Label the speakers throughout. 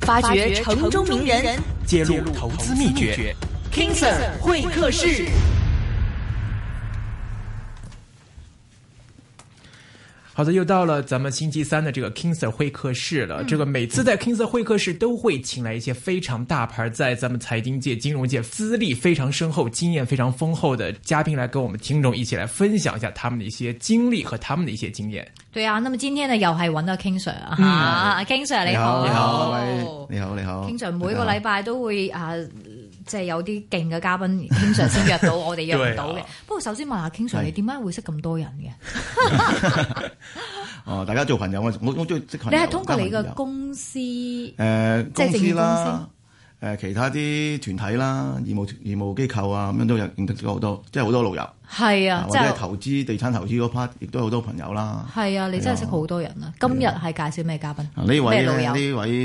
Speaker 1: 发掘城中名人，
Speaker 2: 揭露投资秘诀。
Speaker 3: King Sir 会客室。
Speaker 2: 好的，又到了咱们星期三的这个 King Sir 会客室了。这个每次在 King Sir 会客室都会请来一些非常大牌，在咱们财经界、金融界资历非常深厚、经验非常丰厚的嘉宾来跟我们听众一起来分享一下他们的一些经历和他们的一些经验。
Speaker 4: 對啊，咁啊，今天呢又係揾到 King Sir 啊啊，King Sir 你好，
Speaker 5: 嗯你好，你好，你好。
Speaker 4: ，King Sir 每個禮拜都會啊，即係有啲勁嘅嘉賓，King Sir 先約到，我哋約唔到
Speaker 2: 對
Speaker 4: 嘅
Speaker 2: 啊。
Speaker 4: 不過首先問下 King Sir，
Speaker 5: 係
Speaker 4: 你點解會識咁多人嘅？
Speaker 5: 哦，大家做朋友，我我我中意識朋
Speaker 4: 你
Speaker 5: 友。
Speaker 4: 係通過你
Speaker 5: 交
Speaker 4: 嘅
Speaker 5: 朋友
Speaker 4: 公司，即
Speaker 5: 誒
Speaker 4: 即係政
Speaker 5: 公
Speaker 4: 府
Speaker 5: 司啦，誒其他啲團體啦、義務義務機構啊咁樣都有認得咗好多，即係好多老友，
Speaker 4: 係
Speaker 5: 啊
Speaker 4: 啊，
Speaker 5: 或
Speaker 4: 即
Speaker 5: 者
Speaker 4: 係
Speaker 5: 係投資地產投資嗰 part 亦都有好多朋友啦。
Speaker 4: 係啊，你真係識好多人啊！今日係介紹咩嘉賓？
Speaker 5: 啊呢位
Speaker 4: 咩
Speaker 5: 咧
Speaker 4: 老友？
Speaker 5: 呢位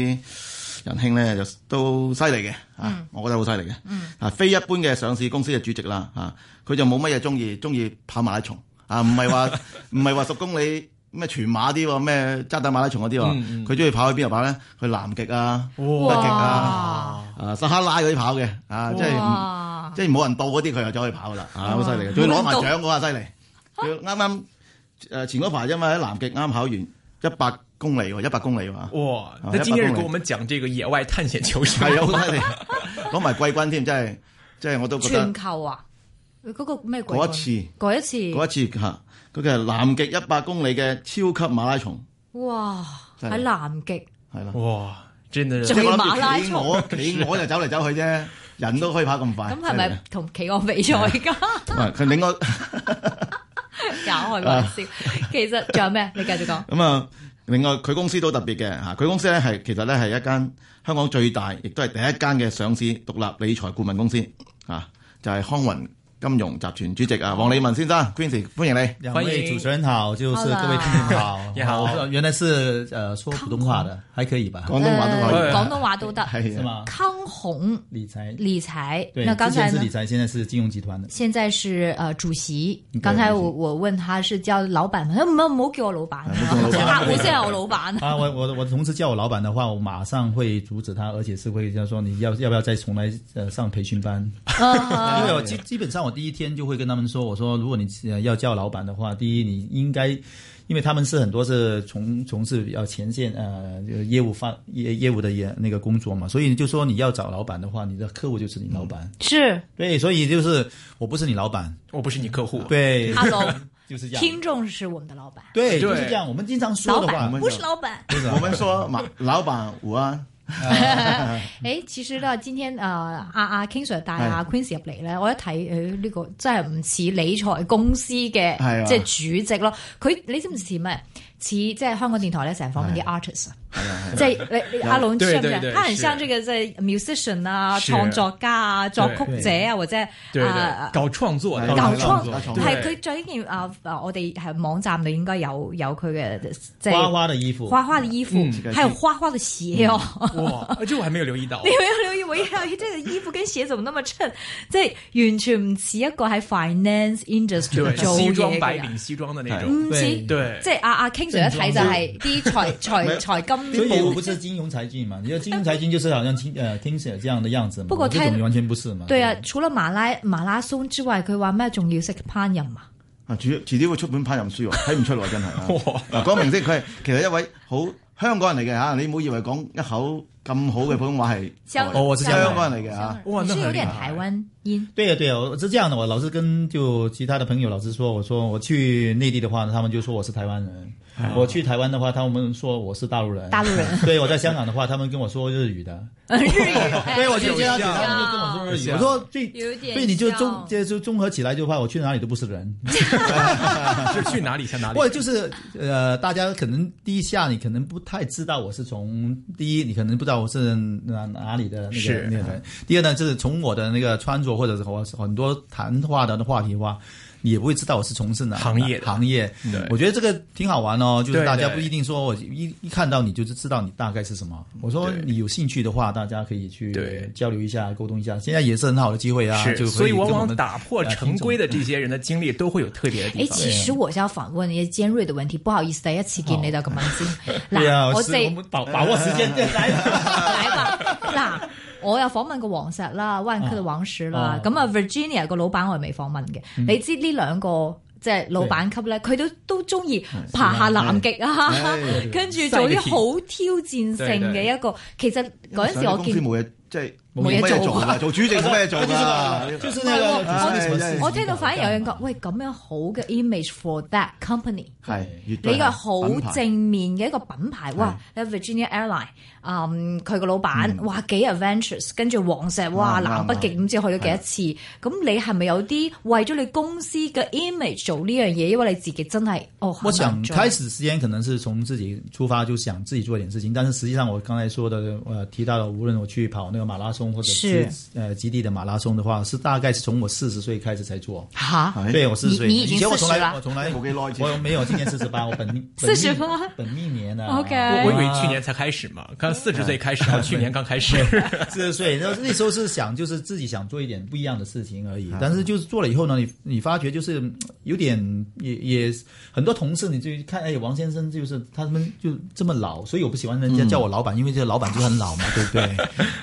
Speaker 5: 仁兄咧就都犀利嘅
Speaker 2: 嗯
Speaker 5: 啊，我覺得好犀利嘅啊，非一般嘅上市公司嘅主席啦啊，佢就冇乜嘢中意，中意跑馬拉松啊，唔係話 唔係話十公里。咩全馬啲喎，咩渣打馬拉松嗰啲
Speaker 2: 嗯
Speaker 5: 喎，佢中意跑去邊度跑咧？去南極啊、
Speaker 4: 哦
Speaker 5: 北極啊、
Speaker 4: 哇！
Speaker 5: 啊撒哈拉嗰啲跑嘅，啊即係唔
Speaker 4: 哇！
Speaker 5: 即係冇人到嗰啲，佢又走去跑啦，啊好犀
Speaker 2: 哦
Speaker 5: 利
Speaker 4: 冇
Speaker 5: 嘅，佢
Speaker 4: 人
Speaker 5: 攞埋
Speaker 4: 到
Speaker 5: 獎嗰下犀利，佢啱啱誒前嗰排因為喺南極啱跑完一百公里喎，一百公里喎。
Speaker 2: 哇！
Speaker 5: 啊
Speaker 2: 那今天
Speaker 5: 100
Speaker 2: 是
Speaker 5: 公
Speaker 2: 给
Speaker 5: 里
Speaker 2: 我们讲这个野外探险求生，
Speaker 5: 係啊，好犀利， 攞埋季軍添，真係，即係我都覺得
Speaker 4: 全球啊，嗰個咩鬼軍
Speaker 5: 嗰一次，
Speaker 4: 嗰一次，
Speaker 5: 嗰一次嚇，佢嘅南極一百公里嘅超級馬拉松，
Speaker 4: 哇！
Speaker 5: 真
Speaker 4: 喺
Speaker 5: 係
Speaker 4: 南極，
Speaker 5: 係啦，
Speaker 2: 哇！真的
Speaker 5: 即
Speaker 2: 是
Speaker 4: 最
Speaker 5: 係我
Speaker 4: 哦馬拉
Speaker 5: 諗住企
Speaker 4: 松
Speaker 5: 鵝，企鵝就走嚟走 去啫，人都可以跑咁快。
Speaker 4: 咁係咪
Speaker 5: 真
Speaker 4: 同企鵝比賽噶？
Speaker 5: 係？啊佢另外
Speaker 4: 搞開玩笑。其實仲有咩？你繼續講。
Speaker 5: 咁啊，另外佢公司都特別嘅嚇，佢公司咧係其實咧係一間香港最大，亦都係第一間嘅上市獨立理財顧問公司啊，就係康雲金融集團主席啊，黃利文先生，Quincy，歡迎你。
Speaker 6: 两
Speaker 2: 欢
Speaker 6: 位
Speaker 2: 迎
Speaker 6: 主持人好，就是各位听众好，
Speaker 2: 你好
Speaker 6: 我原来是呃说普通话的，还可以吧？
Speaker 5: 廣東話都可
Speaker 2: 呃
Speaker 5: 以。
Speaker 4: 廣東話都得。
Speaker 5: 係
Speaker 6: 是
Speaker 5: 啊
Speaker 6: 吗？
Speaker 4: 康宏
Speaker 6: 理财，
Speaker 4: 理財，
Speaker 6: 对，
Speaker 4: 那刚
Speaker 6: 之前
Speaker 4: 才
Speaker 6: 是
Speaker 4: 呢
Speaker 6: 理？财，现在是金融集团的。
Speaker 4: 現在是呃主席，
Speaker 6: 對
Speaker 4: 剛才
Speaker 6: 主席
Speaker 4: 我我問他是叫老闆嗎，他說唔好唔好叫我老闆啊，他不是叫我老 闆啊，
Speaker 6: 啊，我我的我的同事叫我老板的话，我马上会阻止他，而且是会这样说，你要要不要再重来呃上培训班？因为我基基本上我第一天就会跟他们说，我说如果你呃要叫老板的话，第一你应该，因为他们是很多是从从事比较前线呃就是业务发业业务的也那个工作嘛，所以你就说你要找老板的话，你的客户就是你老板。
Speaker 4: 嗯是
Speaker 6: 对，所以就是我不是你老板，
Speaker 2: 我不是你客户，
Speaker 6: 对，
Speaker 4: Hello，
Speaker 6: 就是这样，
Speaker 4: 聽眾是我們的老闆，
Speaker 6: 对，
Speaker 2: 对
Speaker 6: 就是这样。我们经常说
Speaker 4: 老
Speaker 6: 的话，
Speaker 4: 闆不是老闆。
Speaker 6: 就是
Speaker 5: 我们说马老啊板午安，
Speaker 4: 誒，其實咧，今天誒呃阿阿 King Sir 帶阿 Quincy 入嚟咧，我一睇誒呢個真係唔似理財公司嘅
Speaker 5: 係啊
Speaker 4: 即係主席咯。佢你知唔知似咩？似即係香港電台咧成日訪問啲 artist 啊，即係你你阿龍知唔
Speaker 2: 對對
Speaker 4: 知
Speaker 2: 對
Speaker 4: 啊？他很像這個即係 musician 啊、
Speaker 2: 是
Speaker 4: 創作家啊、作曲者啊，或者
Speaker 2: 对
Speaker 4: 啊
Speaker 2: 对，搞创作的，
Speaker 5: 搞
Speaker 4: 搞
Speaker 5: 創
Speaker 4: 創
Speaker 5: 搞創
Speaker 4: 係
Speaker 2: 對
Speaker 4: 佢着呢件啊啊，我哋係網站度應該有有佢嘅即
Speaker 6: 花
Speaker 4: 係
Speaker 6: 花的衣服，
Speaker 4: 花花的衣服
Speaker 2: 嗯，
Speaker 4: 還有花花的鞋哦。
Speaker 2: 哇，这我还没有留意到
Speaker 4: 你。 有冇留意？我一留意，即係衣服跟鞋怎麼那麼襯？即係完全唔似一個喺 finance industry
Speaker 2: 对，
Speaker 4: 做
Speaker 2: 西
Speaker 4: 嘢
Speaker 2: 裝
Speaker 4: 嘅
Speaker 2: 白
Speaker 4: 人，
Speaker 2: 領西裝的那
Speaker 4: 唔
Speaker 2: 種，
Speaker 4: 似。
Speaker 6: 對
Speaker 2: 對，
Speaker 4: 即係阿阿 King Sir 一睇就係啲財財財金
Speaker 6: 所以我
Speaker 4: 部。
Speaker 6: 不是金融财经嘛，你说金融财经就是好像听呃听起来这样的样子嘛，
Speaker 4: 呃不过
Speaker 6: 我这
Speaker 4: 他
Speaker 6: 种完全不是嘛。
Speaker 4: 對啊，除咗馬拉馬拉松之外，佢話咩仲要識烹飪啊？
Speaker 5: 啊，遲遲啲會出本烹飪書喎，睇唔出喎，真係啊
Speaker 2: 哇！
Speaker 5: 嗱，講明先，佢係其實一位好香港人嚟嘅啊嚇，你唔好以為講一口咁好嘅普通話係
Speaker 4: 香
Speaker 6: 哦我是
Speaker 5: 香
Speaker 6: 香
Speaker 5: 港人嚟嘅啊嚇，
Speaker 2: 哇，
Speaker 4: 你
Speaker 2: 那
Speaker 4: 是有
Speaker 2: 很厲
Speaker 4: 點
Speaker 2: 害。
Speaker 4: 台灣音，
Speaker 6: 对呀、对呀、我是这样的，我老是跟就其他的朋友老是说，我说我去内地的话，他们就说我是台湾人；我去台湾的话，他们说我是大陆人。
Speaker 4: 大陆人
Speaker 6: 对，我在香港的话，他们跟我说日 语的。
Speaker 4: 日語。
Speaker 6: 对，我去
Speaker 2: 有
Speaker 6: 其他地
Speaker 2: 像
Speaker 6: 方他们哎就跟我说日语。
Speaker 2: 有
Speaker 6: 我说最
Speaker 4: 啊有点
Speaker 6: 对，你就综
Speaker 4: 像
Speaker 6: 这就综合起来的话，我去哪里都不是人。
Speaker 2: 是去哪里像哪里
Speaker 6: 或者就是呃，大家可能第一下你可能不太知道我是从第一，你可能不知道我是哪哪里的那个
Speaker 2: 是嗯
Speaker 6: 那个人。第二呢，就是从我的那个穿着或者是我很多谈话的话题的话，你也不会知道我是从事哪
Speaker 2: 行业的
Speaker 6: 行业。
Speaker 2: 对
Speaker 6: 我觉得这个挺好玩哦，就
Speaker 2: 对
Speaker 6: 是大家
Speaker 2: 对
Speaker 6: 不一定说我一一看到你就知道你大概是什么。我说
Speaker 2: 对
Speaker 6: 你有兴趣的话，大家可以去
Speaker 2: 对
Speaker 6: 交流一下、沟通一下，现在也是很好的机会啊。
Speaker 2: 是，
Speaker 6: 就
Speaker 2: 所以
Speaker 6: 可跟
Speaker 2: 往
Speaker 6: 我
Speaker 2: 往
Speaker 6: 们
Speaker 2: 打破
Speaker 6: 呃
Speaker 2: 常
Speaker 6: 听众
Speaker 2: 规的这些人的经历都会有特别的地
Speaker 6: 哎
Speaker 4: 诶，
Speaker 2: 方。
Speaker 4: 哎其實我想訪問一啲尖鋭嘅問題，不好意思，第一次見你就咁問先。
Speaker 6: 對啊，
Speaker 4: 嗱，我
Speaker 6: 是
Speaker 4: 哋
Speaker 6: 們把把握時間再 來。
Speaker 4: 嚟吧，嗱，我又訪問過黃石啦，灣區嘅黃石啦
Speaker 6: 啊，
Speaker 4: 咁啊 Virginia 個老闆我係未訪問嘅。你知呢兩個即係老闆級咧，佢都都中意爬下南極啊
Speaker 5: 哎，
Speaker 4: 跟住做啲好挑戰性嘅一個。其實嗰陣時
Speaker 5: 上
Speaker 4: 我
Speaker 5: 啲公司
Speaker 4: 見。
Speaker 5: 冇嘢，即係
Speaker 4: 冇嘢
Speaker 5: 冇
Speaker 4: 做啊
Speaker 5: 做啦，啊做主席冇咩做啊㗎。
Speaker 6: 就是
Speaker 4: 那
Speaker 6: 那
Speaker 4: 個
Speaker 6: 個，
Speaker 4: 就是
Speaker 5: 什麼事情
Speaker 4: 我聽到反而有人講，喂，咁樣好嘅 image for that company，
Speaker 5: 係，絕
Speaker 4: 你
Speaker 5: 對
Speaker 4: 個
Speaker 5: 係
Speaker 4: 好
Speaker 5: 品牌
Speaker 4: 正面嘅一個品牌，哇！Virginia Airline，嗯，佢個老闆，哇幾 adventurous，跟住黃石，哇
Speaker 5: 啱
Speaker 4: 南北極唔知去咗幾多次，咁你係咪有啲為咗你公司嘅 image 做呢樣嘢？因為你自己真係哦，
Speaker 6: 我想
Speaker 4: 很難做
Speaker 6: 开始时间可能是从自己出发，就想自己做点事情。但是实际上，我刚才说的，呃，提到了，无论我去跑那个马拉松或者
Speaker 4: 是
Speaker 6: 呃极地的马拉松的话，是大概是从我四十岁开始才做。
Speaker 4: 吓，
Speaker 5: 哎
Speaker 6: 对，我四十岁，
Speaker 4: 你你已经
Speaker 6: 以前我
Speaker 4: 40
Speaker 6: 从来
Speaker 4: 了
Speaker 6: 我从来
Speaker 5: 冇幾耐啫
Speaker 6: 我没有，今年四十 八，我本命本命
Speaker 4: 48
Speaker 6: 本命年啊呢、
Speaker 4: OK
Speaker 2: 我我以
Speaker 6: 呃
Speaker 2: 为去年才开始嘛，刚四十岁开始，然后去年刚开始。
Speaker 6: 四十岁，然后那时候是想就是自己想做一点不一样的事情而已，但是就是做了以后呢，你你发觉就是嗯有点也也很多同事你就看，哎，王先生就是他们就这么老，所以我不喜欢人家叫我老板，因为这个老板就很老嘛， 对不对？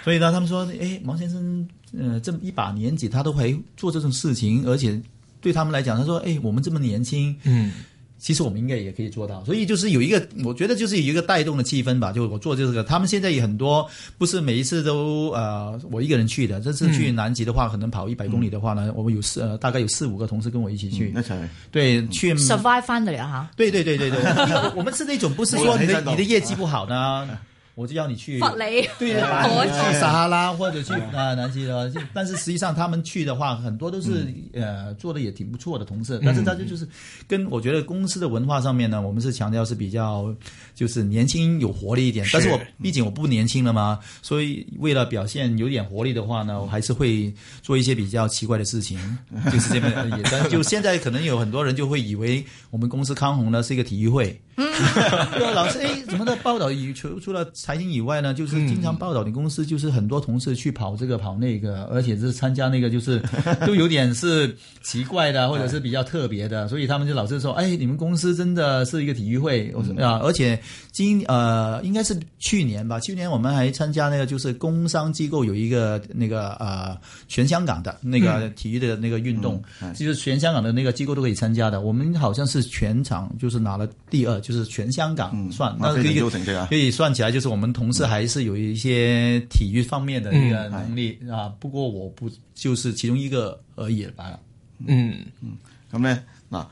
Speaker 6: 所以呢，他们说，哎，王先生，呃，这么一把年纪他都还做这种事情，而且对他们来讲，他说，哎，我们这么年轻，
Speaker 2: 嗯，
Speaker 6: 其实我们应该也可以做到，所以就是有一个，我觉得就是有一个带动的气氛吧。就我做这个，他们现在也很多，不是每一次都呃我一个人去的。这次去南极的话，可能跑一百公里的话呢，我们有四呃大概有四五个同事跟我一起去，
Speaker 5: 一齊。
Speaker 6: 对，去
Speaker 5: 嗯
Speaker 4: survive 翻嚟啊啦
Speaker 6: 对对对对对，因为我们是那种不是说
Speaker 5: 我有
Speaker 6: 你的
Speaker 5: 黑山洞
Speaker 6: 你的业绩不好呢，我就要你去
Speaker 5: 嗯
Speaker 4: 吓，罰你
Speaker 6: 对呀，
Speaker 4: 我
Speaker 6: 去撒哈拉或者去啊南极的，就但是实际上他们去的话，很多都是呃做的也挺不错的同事，但是他就就是跟我觉得公司的文化上面呢，我们是强调是比较就是年轻有活力一点，但是我毕竟我不年轻了嘛，所以为了表现有点活力的话呢，我还是会做一些比较奇怪的事情，就是这么而已。但就现在可能有很多人就会以为我们公司康宏呢是一个体育会。 对啊，老师，哎，怎么的报道以除除了财经以外呢，就是经常报道你公司就是很多同事去跑这个跑那个，而且是参加那个就是都有点是奇怪的，或者是比较特别的，所以他们就老是说，哎，你们公司真的是一个体育会，我说啊，而且今呃应该是去年吧，去年我们还参加那个就是工商机构有一个那个呃全香港的那
Speaker 5: 嗯
Speaker 6: 个体育的那个运动，就是全香港的那个机构都可以参加的，我们好像是全场就是拿了第二，就是全香港。
Speaker 5: 嗯
Speaker 6: 算，
Speaker 5: 那
Speaker 6: 那
Speaker 5: 非
Speaker 6: 可
Speaker 5: 常
Speaker 6: 以
Speaker 5: 优成绩啊
Speaker 6: 可以算起来，就是我们同事还是有一些体育方面的一个
Speaker 2: 嗯
Speaker 5: 哎
Speaker 6: 能力、啊。不过我不就是其中一个而已吧。
Speaker 2: 嗯，
Speaker 5: 咁咧嗱，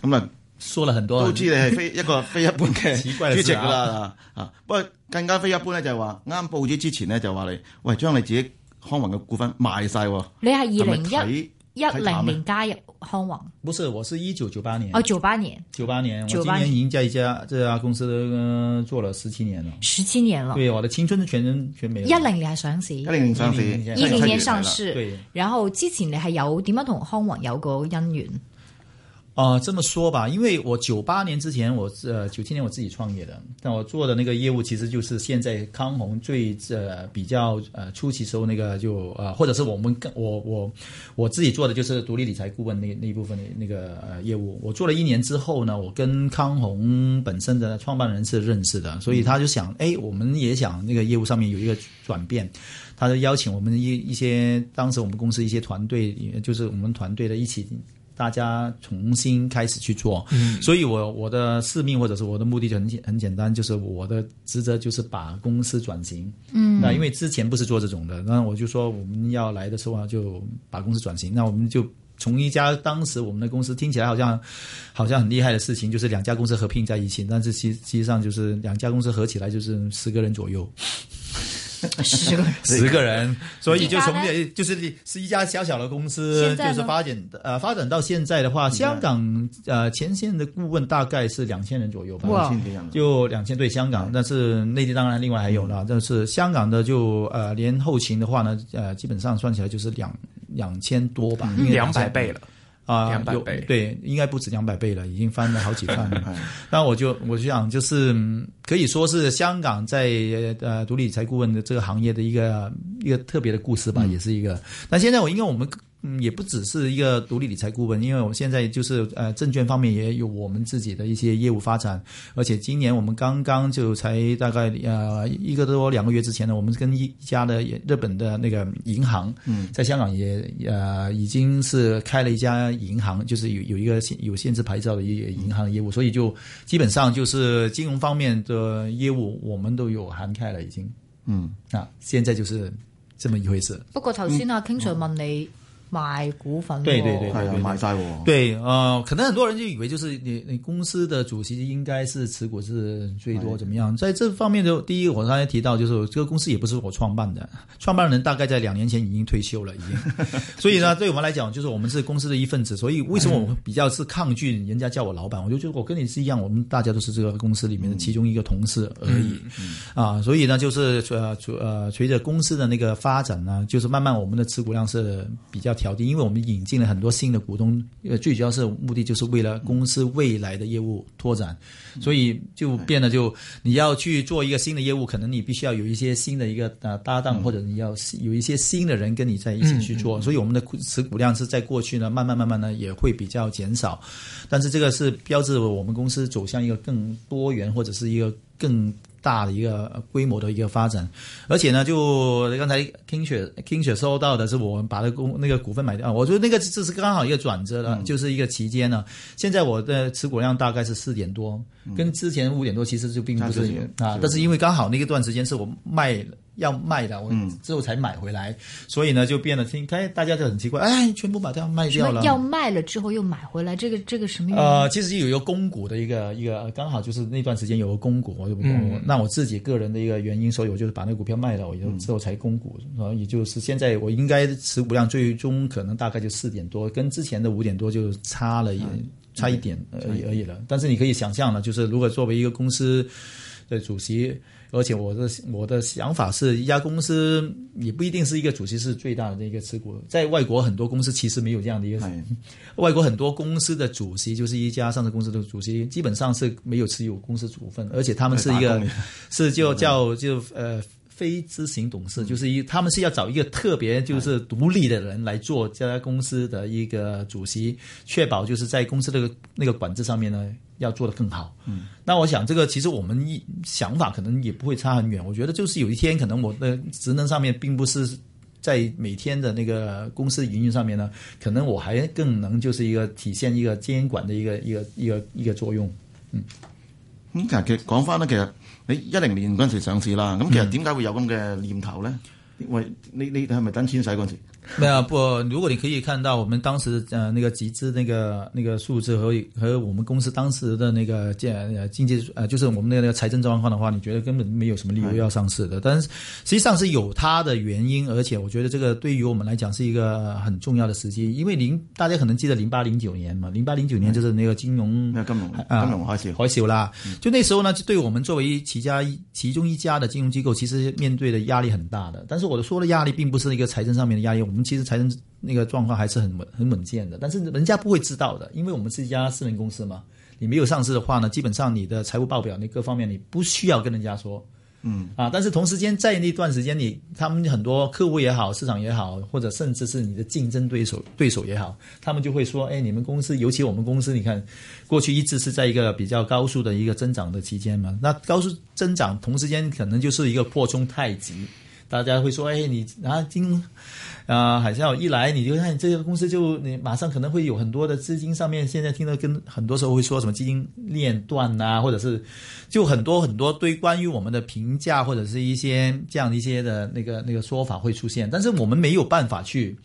Speaker 5: 咁啊
Speaker 6: 说了很多，
Speaker 5: 都知你係非一個非一般嘅
Speaker 6: 奇怪嘅事啊
Speaker 5: 主席㗎啦啊！不過更加非一般咧，就係話啱報紙之前咧就話你，喂，將你自己康宏嘅股份賣晒喎，
Speaker 4: 嚇！你係
Speaker 5: 係
Speaker 4: 二
Speaker 5: 咪
Speaker 4: 零一
Speaker 5: 睇啊嗯
Speaker 4: 一零年加入康宏，
Speaker 6: 不是，我是一九九八年
Speaker 4: 我，做八年，
Speaker 6: 九八、年，我今
Speaker 4: 98年
Speaker 6: 年已经在一家这家公司、呃、做了十七年了。
Speaker 4: 十七年咯，
Speaker 6: 对，我的青春全人全没了。
Speaker 4: 一零年係上市，
Speaker 5: 一
Speaker 4: 一
Speaker 5: 零年上市，
Speaker 6: 10
Speaker 4: 零年上
Speaker 5: 10
Speaker 4: 市
Speaker 6: 對，
Speaker 4: 然後之前你係有點樣同康宏有個姻緣？
Speaker 6: 啊、这么说吧，因为我九八年之前我，是呃九七年我自己创业的，但我做的那个业务其实就是现在康宏最呃比较呃初期时候那个就呃，或者是我们跟我我我自己做的就是独立理财顾问那那一部分的那个呃业务。我做了一年之后呢，我跟康宏本身的创办人是认识的，所以他就想，哎，我们也想那个业务上面有一个转变，他就邀请我们一一些当时我们公司一些团队，就是我们团队的一起大家重新开始去做。所以我我的使命或者是我的目的就很简很简单，就是我的职责就是把公司转型。嗯，那因为之前不是做这种的，那我就说我们要来的时候啊，就把公司转型，那我们就。从一家当时我们的公司听起来好像好像很厉害的事情，就是两家公司合并在一起，但是其实际上就是两家公司合起来就是十个人左右。
Speaker 4: 十個
Speaker 6: 十个人，所以就从
Speaker 4: 你家
Speaker 6: 这就是是一家小小的公司
Speaker 4: 现，在
Speaker 6: 就
Speaker 4: 呢
Speaker 6: 是发展呃发展到现在的话，香港呃前线的顾问大概是两千人左右吧。
Speaker 4: 哇
Speaker 5: 千幾人
Speaker 6: 就两千对香港，但是内地当然另外还有了，但是香港的就呃
Speaker 2: 嗯
Speaker 6: 连后勤的话呢，呃基本上算起来就是两两千多吧，因为
Speaker 2: 两百倍了。
Speaker 6: 啊，
Speaker 2: 200
Speaker 6: 有
Speaker 2: 倍哎
Speaker 6: 对，应该不止两百倍了，已经翻了好几 番了。那我就我就想，就是嗯可以说是香港在呃独立理财顾问的这个行业的一个一个特别的故事
Speaker 2: 嗯
Speaker 6: 吧，也是一个。那现在我因为我们。嗯，也不只是一个独立理财顾问，因为我们现在就是呃，证券方面也有我们自己的一些业务发展，而且今年我们刚刚就才大概呃一个多两个月之前呢，我们跟一家的日本的那个银行，嗯，在香港也呃已经是开了一家银行，就是有有一个限有限制牌照的一个银行的业务，所以就基本上就是金融方面的业务我们都有涵盖了已经，
Speaker 5: 嗯，
Speaker 6: 啊，现在就是这么一回事。
Speaker 4: 不過頭先啊，King
Speaker 6: 嗯
Speaker 4: Sir 問你賣股份喎，
Speaker 6: 對對對
Speaker 5: 係啊，賣晒喎。
Speaker 6: 对，呃，可能很多人就以为就是你你公司的主席应该是持股是最多怎么样？在这方面的，第一，我刚才提到就是这个公司也不是我创办的，创办人大概在两年前已经退休了，已经。所以呢，对我们来讲，就是我们是公司的一份子。所以为什么我们比较是抗拒人家叫我老板？我就觉得我跟你是一样，我们大家都是这个公司里面的其中一个同事而已。啊，所以呢，就是呃随呃随着公司的那个发展呢，就是慢慢我们的持股量是比较调低，因为我们引进了很多新的股东，呃，最主要是目的就是为了公司未来的业务拓展，所以就变得就你要去做一个新的业务，可能你必须要有一些新的一个呃搭档，或者你要有一些新的人跟你在一起去做，所以我们的持股量是在过去呢慢慢慢慢呢也会比较减少，但是这个是标志我们公司走向一个更多元或者是一个更大的一个呃规模的一个发展。而且呢，就刚才 King 雪 King 雪说到的是，我们把那个公那个股份买掉，啊我觉得那个这是刚好一个转折了，就是一个期间呢。现在我的持股量大概是四点多，跟之前五点多其嗯实就并不
Speaker 5: 差
Speaker 6: 是
Speaker 5: 不多
Speaker 6: 啊，但是因为刚好那个段时间是我卖。要卖的，我之后才买回来，所以呢就变得听，哎，大家就很奇怪，哎，全部把它卖
Speaker 4: 什
Speaker 6: 掉
Speaker 4: 么
Speaker 6: 了，
Speaker 4: 要卖了之后又买回来，这个这个什么原因？，
Speaker 6: 呃，其实有一个公股的一个一个，呃刚好就是那段时间有个公股，我就、我那我自己个人的一个原因，所以我就是把那个股票卖了，我就之后才公股，然后也就是现在我应该持股量最终可能大概就四点多，跟之前的五点多就差了一、嗯差一点而已而已了。但是你可以想象了，就是如果作为一个公司的主席。而且我的我的想法是，一家公司也不一定是一个主席是最大的一个持股，在外国很多公司其实没有这样的一个
Speaker 5: 係
Speaker 6: 外国很多公司的主席就是一家上市公司的主席，基本上是没有持有公司股份，而且他们是一
Speaker 5: 打
Speaker 6: 个
Speaker 5: 工的
Speaker 6: 是就叫就呃非执行董事，就是一他们是要找一个特别就是独立的人来做这家公司的一个主席，确保就是在公司的那个管制上面呢要做得更好。嗯，那我想这个其实我们一想法可能也不会差很远，我觉得就是有一天可能我的职能上面并不是。在每天的那个公司营运上面呢，可能我还更能就是一个体现一个监管的一个一个一个一个作用。
Speaker 5: 咁其實其實講翻咧，其實你一零年嗰陣時上市啦，咁其
Speaker 6: 嗯
Speaker 5: 實點解會有咁嘅念頭咧？喂，你你係咪等錢使嗰陣時？
Speaker 6: 没有不，如果你可以看到我们当时呃那个集资那个那个数字和和我们公司当时的那个经呃经济呃就是我们的那个财政状况的话，你觉得根本没有什么理由要上市的。但是实际上是有它的原因，而且我觉得这个对于我们来讲是一个很重要的时机，因为零大家可能记得零八零九年嘛，零八零九年就是那个金融
Speaker 5: 咩嗯金融
Speaker 6: 啊
Speaker 5: 金融海嘯？
Speaker 6: 海啸啦。就那时候呢，就对我们作为其家其中一家的金融机构，其实面对的压力很大的。但是我说的压力，并不是一个财政上面的压力，我们其实财政那个状况还是很稳很稳健的。但是人家不会知道的，因为我们是一家私人公司嘛。你没有上市的话呢，基本上你的财务报表那各方面你不需要跟人家说。嗯啊，但是同时间在那段时间里，他们很多客户也好，市场也好，或者甚至是你的竞争对手对手也好，他们就会说，哎，你们公司，尤其我们公司，你看，过去一直是在一个比较高速的一个增长的期间嘛，那高速增长同时间可能就是一个扩充太极。大家会说，哎，你啊，金啊、海啸一来，你就看你这个公司就你马上可能会有很多的资金上面，现在听到跟很多时候会说什么基金链断啊，或者是就很多很多对关于我们的评价或者是一些这样的一些的那个那个说法会出现，但是我们没有办法去。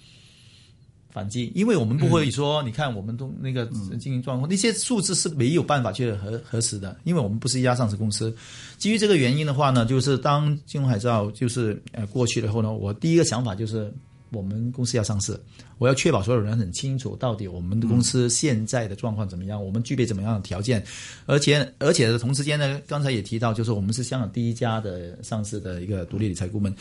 Speaker 6: 反击，因为我们不会说，你看我们都那个经营状况，那些数字是呃没有办法去核核实的，因为我们不是一家上市公司。基于这个原因的话呢，就是当金融海啸就是呃过去了以后呢，我第一个想法就是我们公司要上市，我要确保所有人很清楚到底我们的公司现在的状况怎么样，我们具备怎么样的条件，而且而且同时间呢，刚才也提到，就是我们是香港第一家的上市的一个独立理财顾问。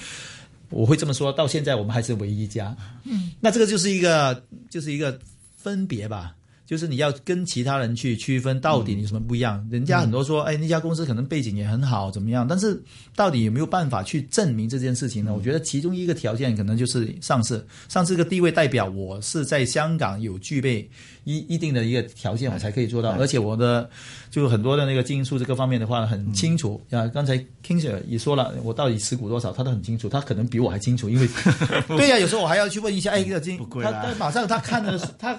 Speaker 6: 我会这么说，到现在我们还是唯一一家。嗯，那这个就是一个就是一个分别吧。就是你要跟其他人去区分到底有什么不一样。人家很多说，哎，那家公司可能背景也很好，怎么样？但是到底有没有办法去证明这件事情呢？我觉得其中一个条件可能就是上市，上市个地位代表我是在香港有具备一一定的一个条件，
Speaker 5: 哎
Speaker 6: 我才可以做到。而且我的就很多的那个经营数字各方面的话很清楚。
Speaker 5: 嗯
Speaker 6: 啊，刚才 King Sir 也说了，我到底持股多少，他都很清楚，他可能比我还清楚，因为 对呀、有时候我还要去问一下，哎，这个
Speaker 5: 嗯
Speaker 6: 经
Speaker 5: 不贵
Speaker 6: 他
Speaker 5: 啦
Speaker 6: 他马上他看的他。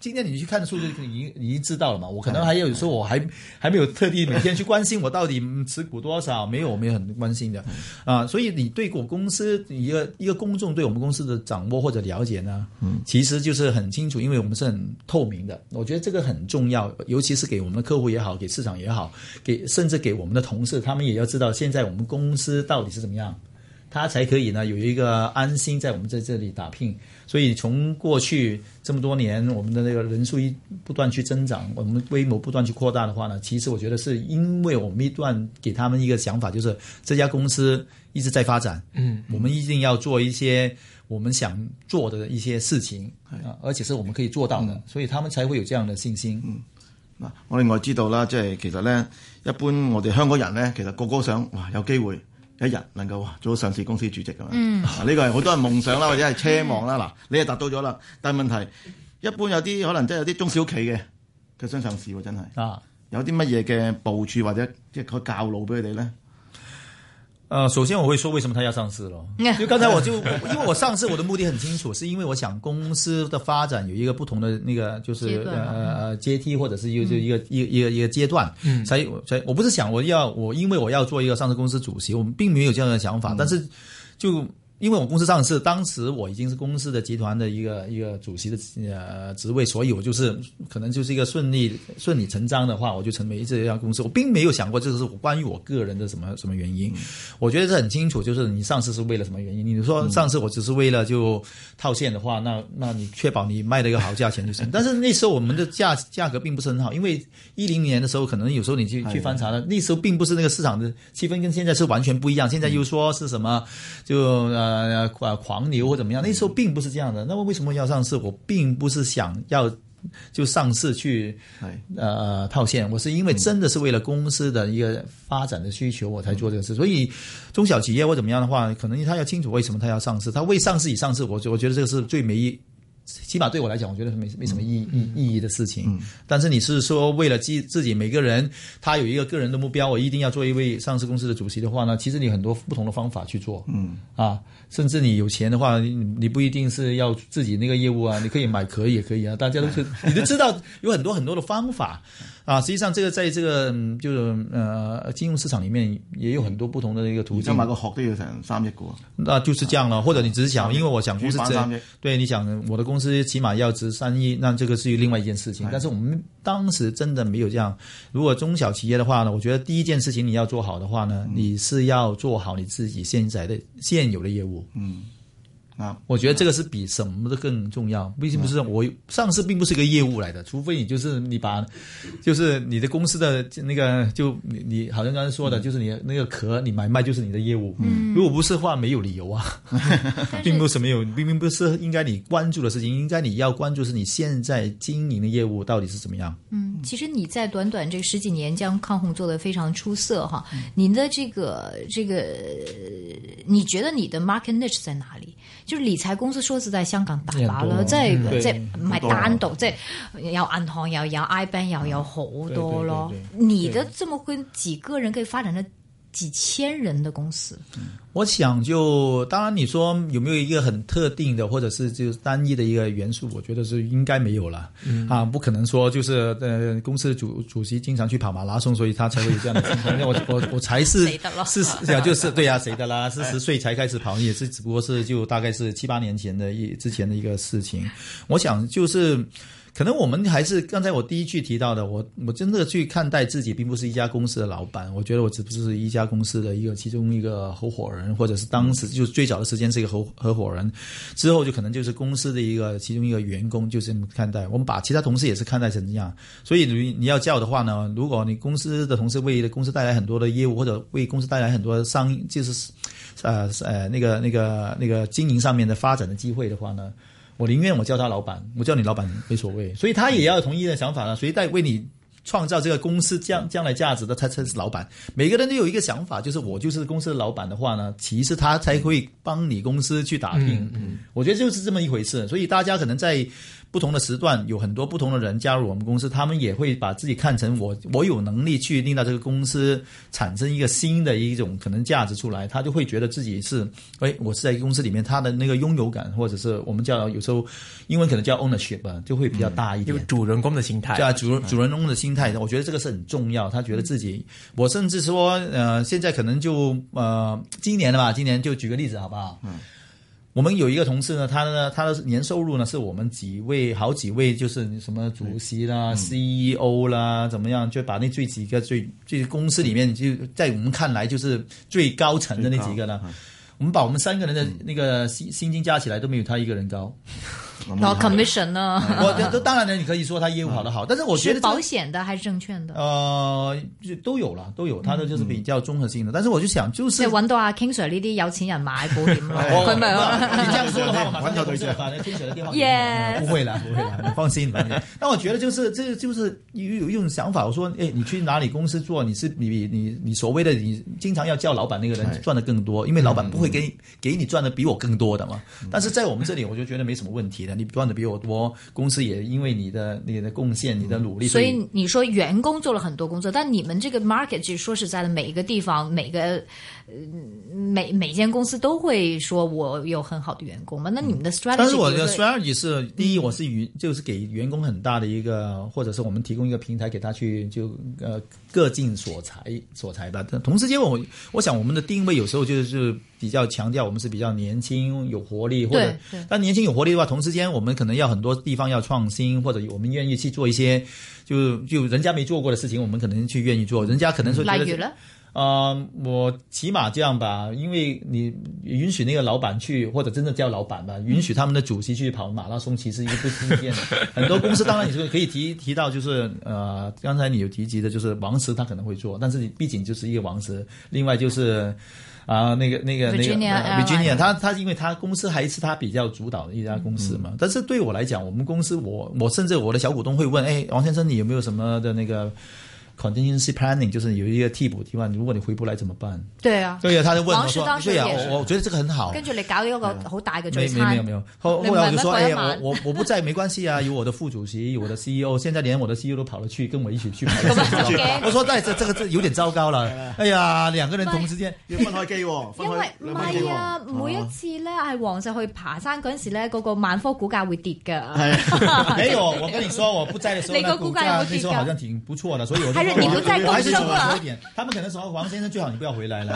Speaker 6: 今天你去看的数据，你已经你已经知道了嘛？我可能还有时候我还还没有特地每天去关心我到底嗯持股多少，没有没有很关心的啊。所以你对我公司一个一个公众对我们公司的掌握或者了解呢，其实就是很清楚，因为我们是很透明的。我觉得这个很重要，尤其是给我们的客户也好，给市场也好，给甚至给我们的同事，他们也要知道现在我们公司到底是怎么样。他才可以呢有一个安心在我们在这里打拼。所以从过去这么多年，我们的那个人数一不断去增长，我们规模不断去扩大的话呢，其实我觉得是因为我们一段给他们一个想法，就是这家公司一直在发展，嗯，我们一定要做一些我们想做的一些事情啊，而且是我们可以做到的，所以他们才会有这样的信心。嗯，
Speaker 5: 嗱，我另外知道啦，即係其實咧，一般我哋香港人咧，其實個個想哇有機會有一日能夠哇做到上市公司主席咁樣。嗯，呢個係好多人夢想啦，或者係奢望啦。嗱、你係達到咗啦，但係問題一般有啲可能真係有啲中小企嘅，佢想上市喎，真係
Speaker 6: 啊。
Speaker 5: 有啲乜嘢嘅部署或者即係佢教路俾佢哋咧？
Speaker 6: 呃，首先我会说为什么他要上市 咯就刚才我就因为我上市我的目的很清楚，是因为我想公司的发展有一个不同的那个就
Speaker 4: 阶
Speaker 6: 是
Speaker 4: 段啊嗯嘛
Speaker 6: 呃呃阶梯或者是一个就一个一个一个一个阶段，
Speaker 4: 嗯
Speaker 6: 才才我不是想我要我因为我要做一个上市公司主席，我们并没有这样的想
Speaker 4: 嗯
Speaker 6: 法，但是就。因为我公司上市，当时我已经是公司的集团的一个一个主席的呃职位，所以我就是可能就是一个顺利顺理成章的话，我就成为这家公司。我并没有想过这是我关于我个人的什么什么原
Speaker 4: 嗯
Speaker 6: 因，我觉得这很清楚，就是你上市是为了什么原因。你
Speaker 4: 嗯
Speaker 6: 说上市我只是为了就套现的话，那那你确保你卖了一个好价钱就行。但是那时候我们的价价格并不是很好，因为一零年的时候，可能有时候你去去翻查了，那时候并不是那个市场的气氛跟现在是完全不一样。现在又说是什么就呃呃狂牛或怎么样，那时候并不是这样的。那么为什么要上市？我并不是想要就上市去
Speaker 5: 係。
Speaker 6: 呃套现，我是因为真的是为了公司的一个发展的需求，我才做这个事。所以中小企业或怎么样的话，可能他要清楚为什么他要上市，他为上市以上市，我觉我觉得这个是最没意。起码对我来讲，我觉得是没没什么意意意义的事情。但是你是说为了自自己每个人，他有一个个人的目标，我一定要做一位上市公司的主席的话呢，其实你有很多不同的方法去做。嗯啊，甚至你有钱的话，你你不一定是要自己那个业务啊，你可以买壳也可以啊，大家都是你都知道有很多很多的方法啊。实际上，这个在这个嗯就是呃金融市场里面也有很多不同的一个
Speaker 4: 嗯
Speaker 6: 途
Speaker 5: 而家
Speaker 6: 径。
Speaker 5: 買個殼都要成三億嘅喎，
Speaker 6: 那就是这样了。或者你只是想，因为我想公
Speaker 5: 举
Speaker 6: 司
Speaker 5: 办商业
Speaker 6: 这，对你想我的公司起码要值三亿，那这个是另外一件事情。但是我们当时真的没有这样。如果中小企业的话呢，我觉得第一件事情你要做好的话呢，你是要做好你自己现在的现有的业务。
Speaker 5: 啱。
Speaker 6: 我觉得这个是比什么都更重要。毕竟不是我上市，并不是一个业务来的，除非你就是你把，就是你的公司的那个就你你好像刚才说的，就是你的那个壳你买卖就是你的业务。嗯，如果不是的话，没有理由 啊，并不是没有，并并不是应该你关注的事情，应该你要关注是你现在经营的业务到底是怎么样。
Speaker 4: 嗯，其实你在短短这十几年将抗洪做得非常出色哈。
Speaker 6: 嗯
Speaker 4: 您的这个这个，呃你觉得你的 market niche 在哪里？就是理財公司說實在香港大把啦，
Speaker 6: 很多
Speaker 4: 即係
Speaker 6: 嗯
Speaker 4: 即係唔係單獨，即係有銀行又有 iBank 又有好
Speaker 6: 嗯
Speaker 4: 多咯
Speaker 6: 對對。
Speaker 4: 你的這么跟幾個人可以發展成幾千人的公司，
Speaker 6: 我想就，当然你说有没有一个很特定的，或者是就是单一的一个元素，我觉得是应该没有了。
Speaker 4: 嗯
Speaker 6: 啊，不可能说就是呃，公司主主席经常去跑马拉松，所以他才会有这样的情况。那我我我才是
Speaker 4: 谁的咯
Speaker 6: 是啊，就是对啊，谁的 啦？四十岁才开始跑，也是只不过是就大概是七八年前的一之前的一个事情。我想就是。可能我们还是刚才我第一句提到的，我我真的去看待自己，并不是一家公司的老板，我觉得我只不过是一家公司的一个其中一个合伙人，或者是当时就最早的时间是一个合合伙人，之后就可能就是公司的一个其中一个员工，就这么看待。我们把其他同事也是看待成这样，所以你你要叫的话呢，如果你公司的同事为公司带来很多的业务，或者为公司带来很多商，就是呃呃那个那个那个经营上面的发展的机会的话呢，我宁愿我叫他老板，我叫你老板没所谓。所以他也要有同一的想法了，谁在为你创造这个公司将将来价值的，他才是老板。每个人都有一个想法，就是我就是公司的老板的话呢，其实他才会帮你公司去打拼。
Speaker 2: 嗯嗯
Speaker 6: 我觉得就是这么一回事。所以大家可能在不同的时段，有很多不同的人加入我们公司，他们也会把自己看成我，我有能力去令到这个公司产生一个新的一种可能价值出来，他就会觉得自己是，哎，我是在公司里面，他的那个拥有感，或者是我们叫有时候英文可能叫 ownership 啊，就会比较大一点。
Speaker 2: 有主人公的心态
Speaker 6: 对。啊，主人主人翁的心态，我觉得这个是很重要。他觉得自己，我甚至说，呃，现在可能就呃，今年的吧，今年就举个例子好不好？嗯。我们有一个同事呢，他呢，他的年收入呢，是我们几位好几位，就是什么主席啦、CEO 啦，怎么样，就把那最几个最最公司里面，就在我们看来就是最高嗯层的那几个呢，我们把我们三个人的那个薪薪金加起来都没有他一个人 高。嗯
Speaker 4: 老哦 commission 啊呢？
Speaker 6: 我这这当然呢，你可以说他业务跑得好，但是我觉
Speaker 4: 是
Speaker 6: 得这个
Speaker 4: 保险的还是证券的？
Speaker 6: 呃，就都有啦，都有，它的就是比较综合性的。但是我就想，就
Speaker 4: 即
Speaker 6: 是哎
Speaker 4: 係揾到阿 King Sir 呢啲有錢人買保險 咯，
Speaker 6: 哦
Speaker 4: 佢咪
Speaker 6: 你这样说的话，我马
Speaker 5: 玩
Speaker 6: 上
Speaker 5: 到对
Speaker 6: 就回去
Speaker 5: 象
Speaker 6: 了，把那 K 姐的电话
Speaker 4: Yes
Speaker 6: 不会啦，不会啦，你放心，放心。但我觉得就是这就是有有一种想法，我说，哎，你去哪里公司做，你是你你你你所谓的你经常要叫老板那个
Speaker 5: 哎
Speaker 6: 人赚的更多，因为老板不会给你给你赚的比我更多的嘛。但是在我们这里，我就觉得没什么问题的，你赚的比我多，公司也因为你的你的贡献、你的努力，
Speaker 4: 所以你说员工做了很多工作，但你们这个 market 其实说实在的，每一个地方、每个呃每每间公司都会说我有很好的员工嘛。那你们的 strategy，
Speaker 6: 嗯但是我
Speaker 4: 比如
Speaker 6: 的
Speaker 4: 说
Speaker 6: strategy 是第一，我是与就是给员工很大的一个，或者是我们提供一个平台给他去就呃各尽所才所才吧。但同时间我我想我们的定位有时候就是比较强调我们是比较年轻有活力，或者
Speaker 4: 对对
Speaker 6: 但年轻有活力的话，同时间我们可能要很多地方要创新，或者我们愿意去做一些就就人家没做过的事情，我们可能去愿意做，人家可能说觉得
Speaker 4: 嗯例如呢，
Speaker 6: 啊、我起码这样吧，因为你允许那个老板去，或者真的叫老板吧，允许他们的主席去跑马拉松，其实也不是一件很多公司当然你是可以提提到，就是呃，刚才你有提及的，就是王石他可能会做，但是你毕竟就是一个王石，另外就是。啊、那个、那个、那个
Speaker 4: Virginia
Speaker 6: 呃 Virginia，
Speaker 4: Airlines
Speaker 6: 他他因为他公司还是他比较主导的一家公司
Speaker 4: 嗯
Speaker 6: 嘛，但是对我来讲，我们公司我我甚至我的小股东会问，哎，王先生你有没有什么的那个 contingency planning，就是有一个替补提案，如果你回不来怎么办？
Speaker 4: 對啊，
Speaker 6: 对呀、他就问
Speaker 4: 王
Speaker 6: 我
Speaker 4: 石
Speaker 6: 说
Speaker 4: 當：“時
Speaker 6: 对呀、
Speaker 4: 也是
Speaker 6: 我我觉得这个很好。
Speaker 4: 跟住你搞一個好大嘅聚
Speaker 6: 没没哦嗯没
Speaker 4: 餐
Speaker 6: 有没，有，后
Speaker 4: 你
Speaker 6: 后来我
Speaker 4: 慢
Speaker 6: 就
Speaker 4: 慢
Speaker 6: 说，
Speaker 4: 放
Speaker 6: 哎
Speaker 4: 一晚
Speaker 6: 呀，我我 我不在没关系啊，有我的副主席，有我的 CEO，现在连我的 CEO 都跑了去跟我一起去跑 了
Speaker 4: 咁啊
Speaker 6: 去
Speaker 4: OK
Speaker 6: 我说，哎，这这个这有点糟糕 了，哎呀，兩個人同時間。
Speaker 5: 要分開機喎，分
Speaker 4: 因為
Speaker 5: 開
Speaker 4: 唔
Speaker 5: 兩班機
Speaker 4: 係
Speaker 5: 喎。
Speaker 4: 啊，每
Speaker 6: 哦
Speaker 4: 一次咧係黃石去爬山嗰陣時咧，嗰個萬科股價會跌㗎。
Speaker 6: 啊 没有，我跟你说，我不 在的时候，
Speaker 4: 雷哥
Speaker 6: 那
Speaker 4: 估
Speaker 6: 股
Speaker 4: 计有
Speaker 6: 价
Speaker 4: 地
Speaker 6: 那时候
Speaker 4: 高
Speaker 6: 好像挺不错的，所以我就
Speaker 4: 还是
Speaker 6: 说
Speaker 4: 你不
Speaker 6: 我
Speaker 4: 在
Speaker 6: 我还是
Speaker 4: 公司啊
Speaker 6: 一点。他们可能说哦王先生最好你不要回 来了，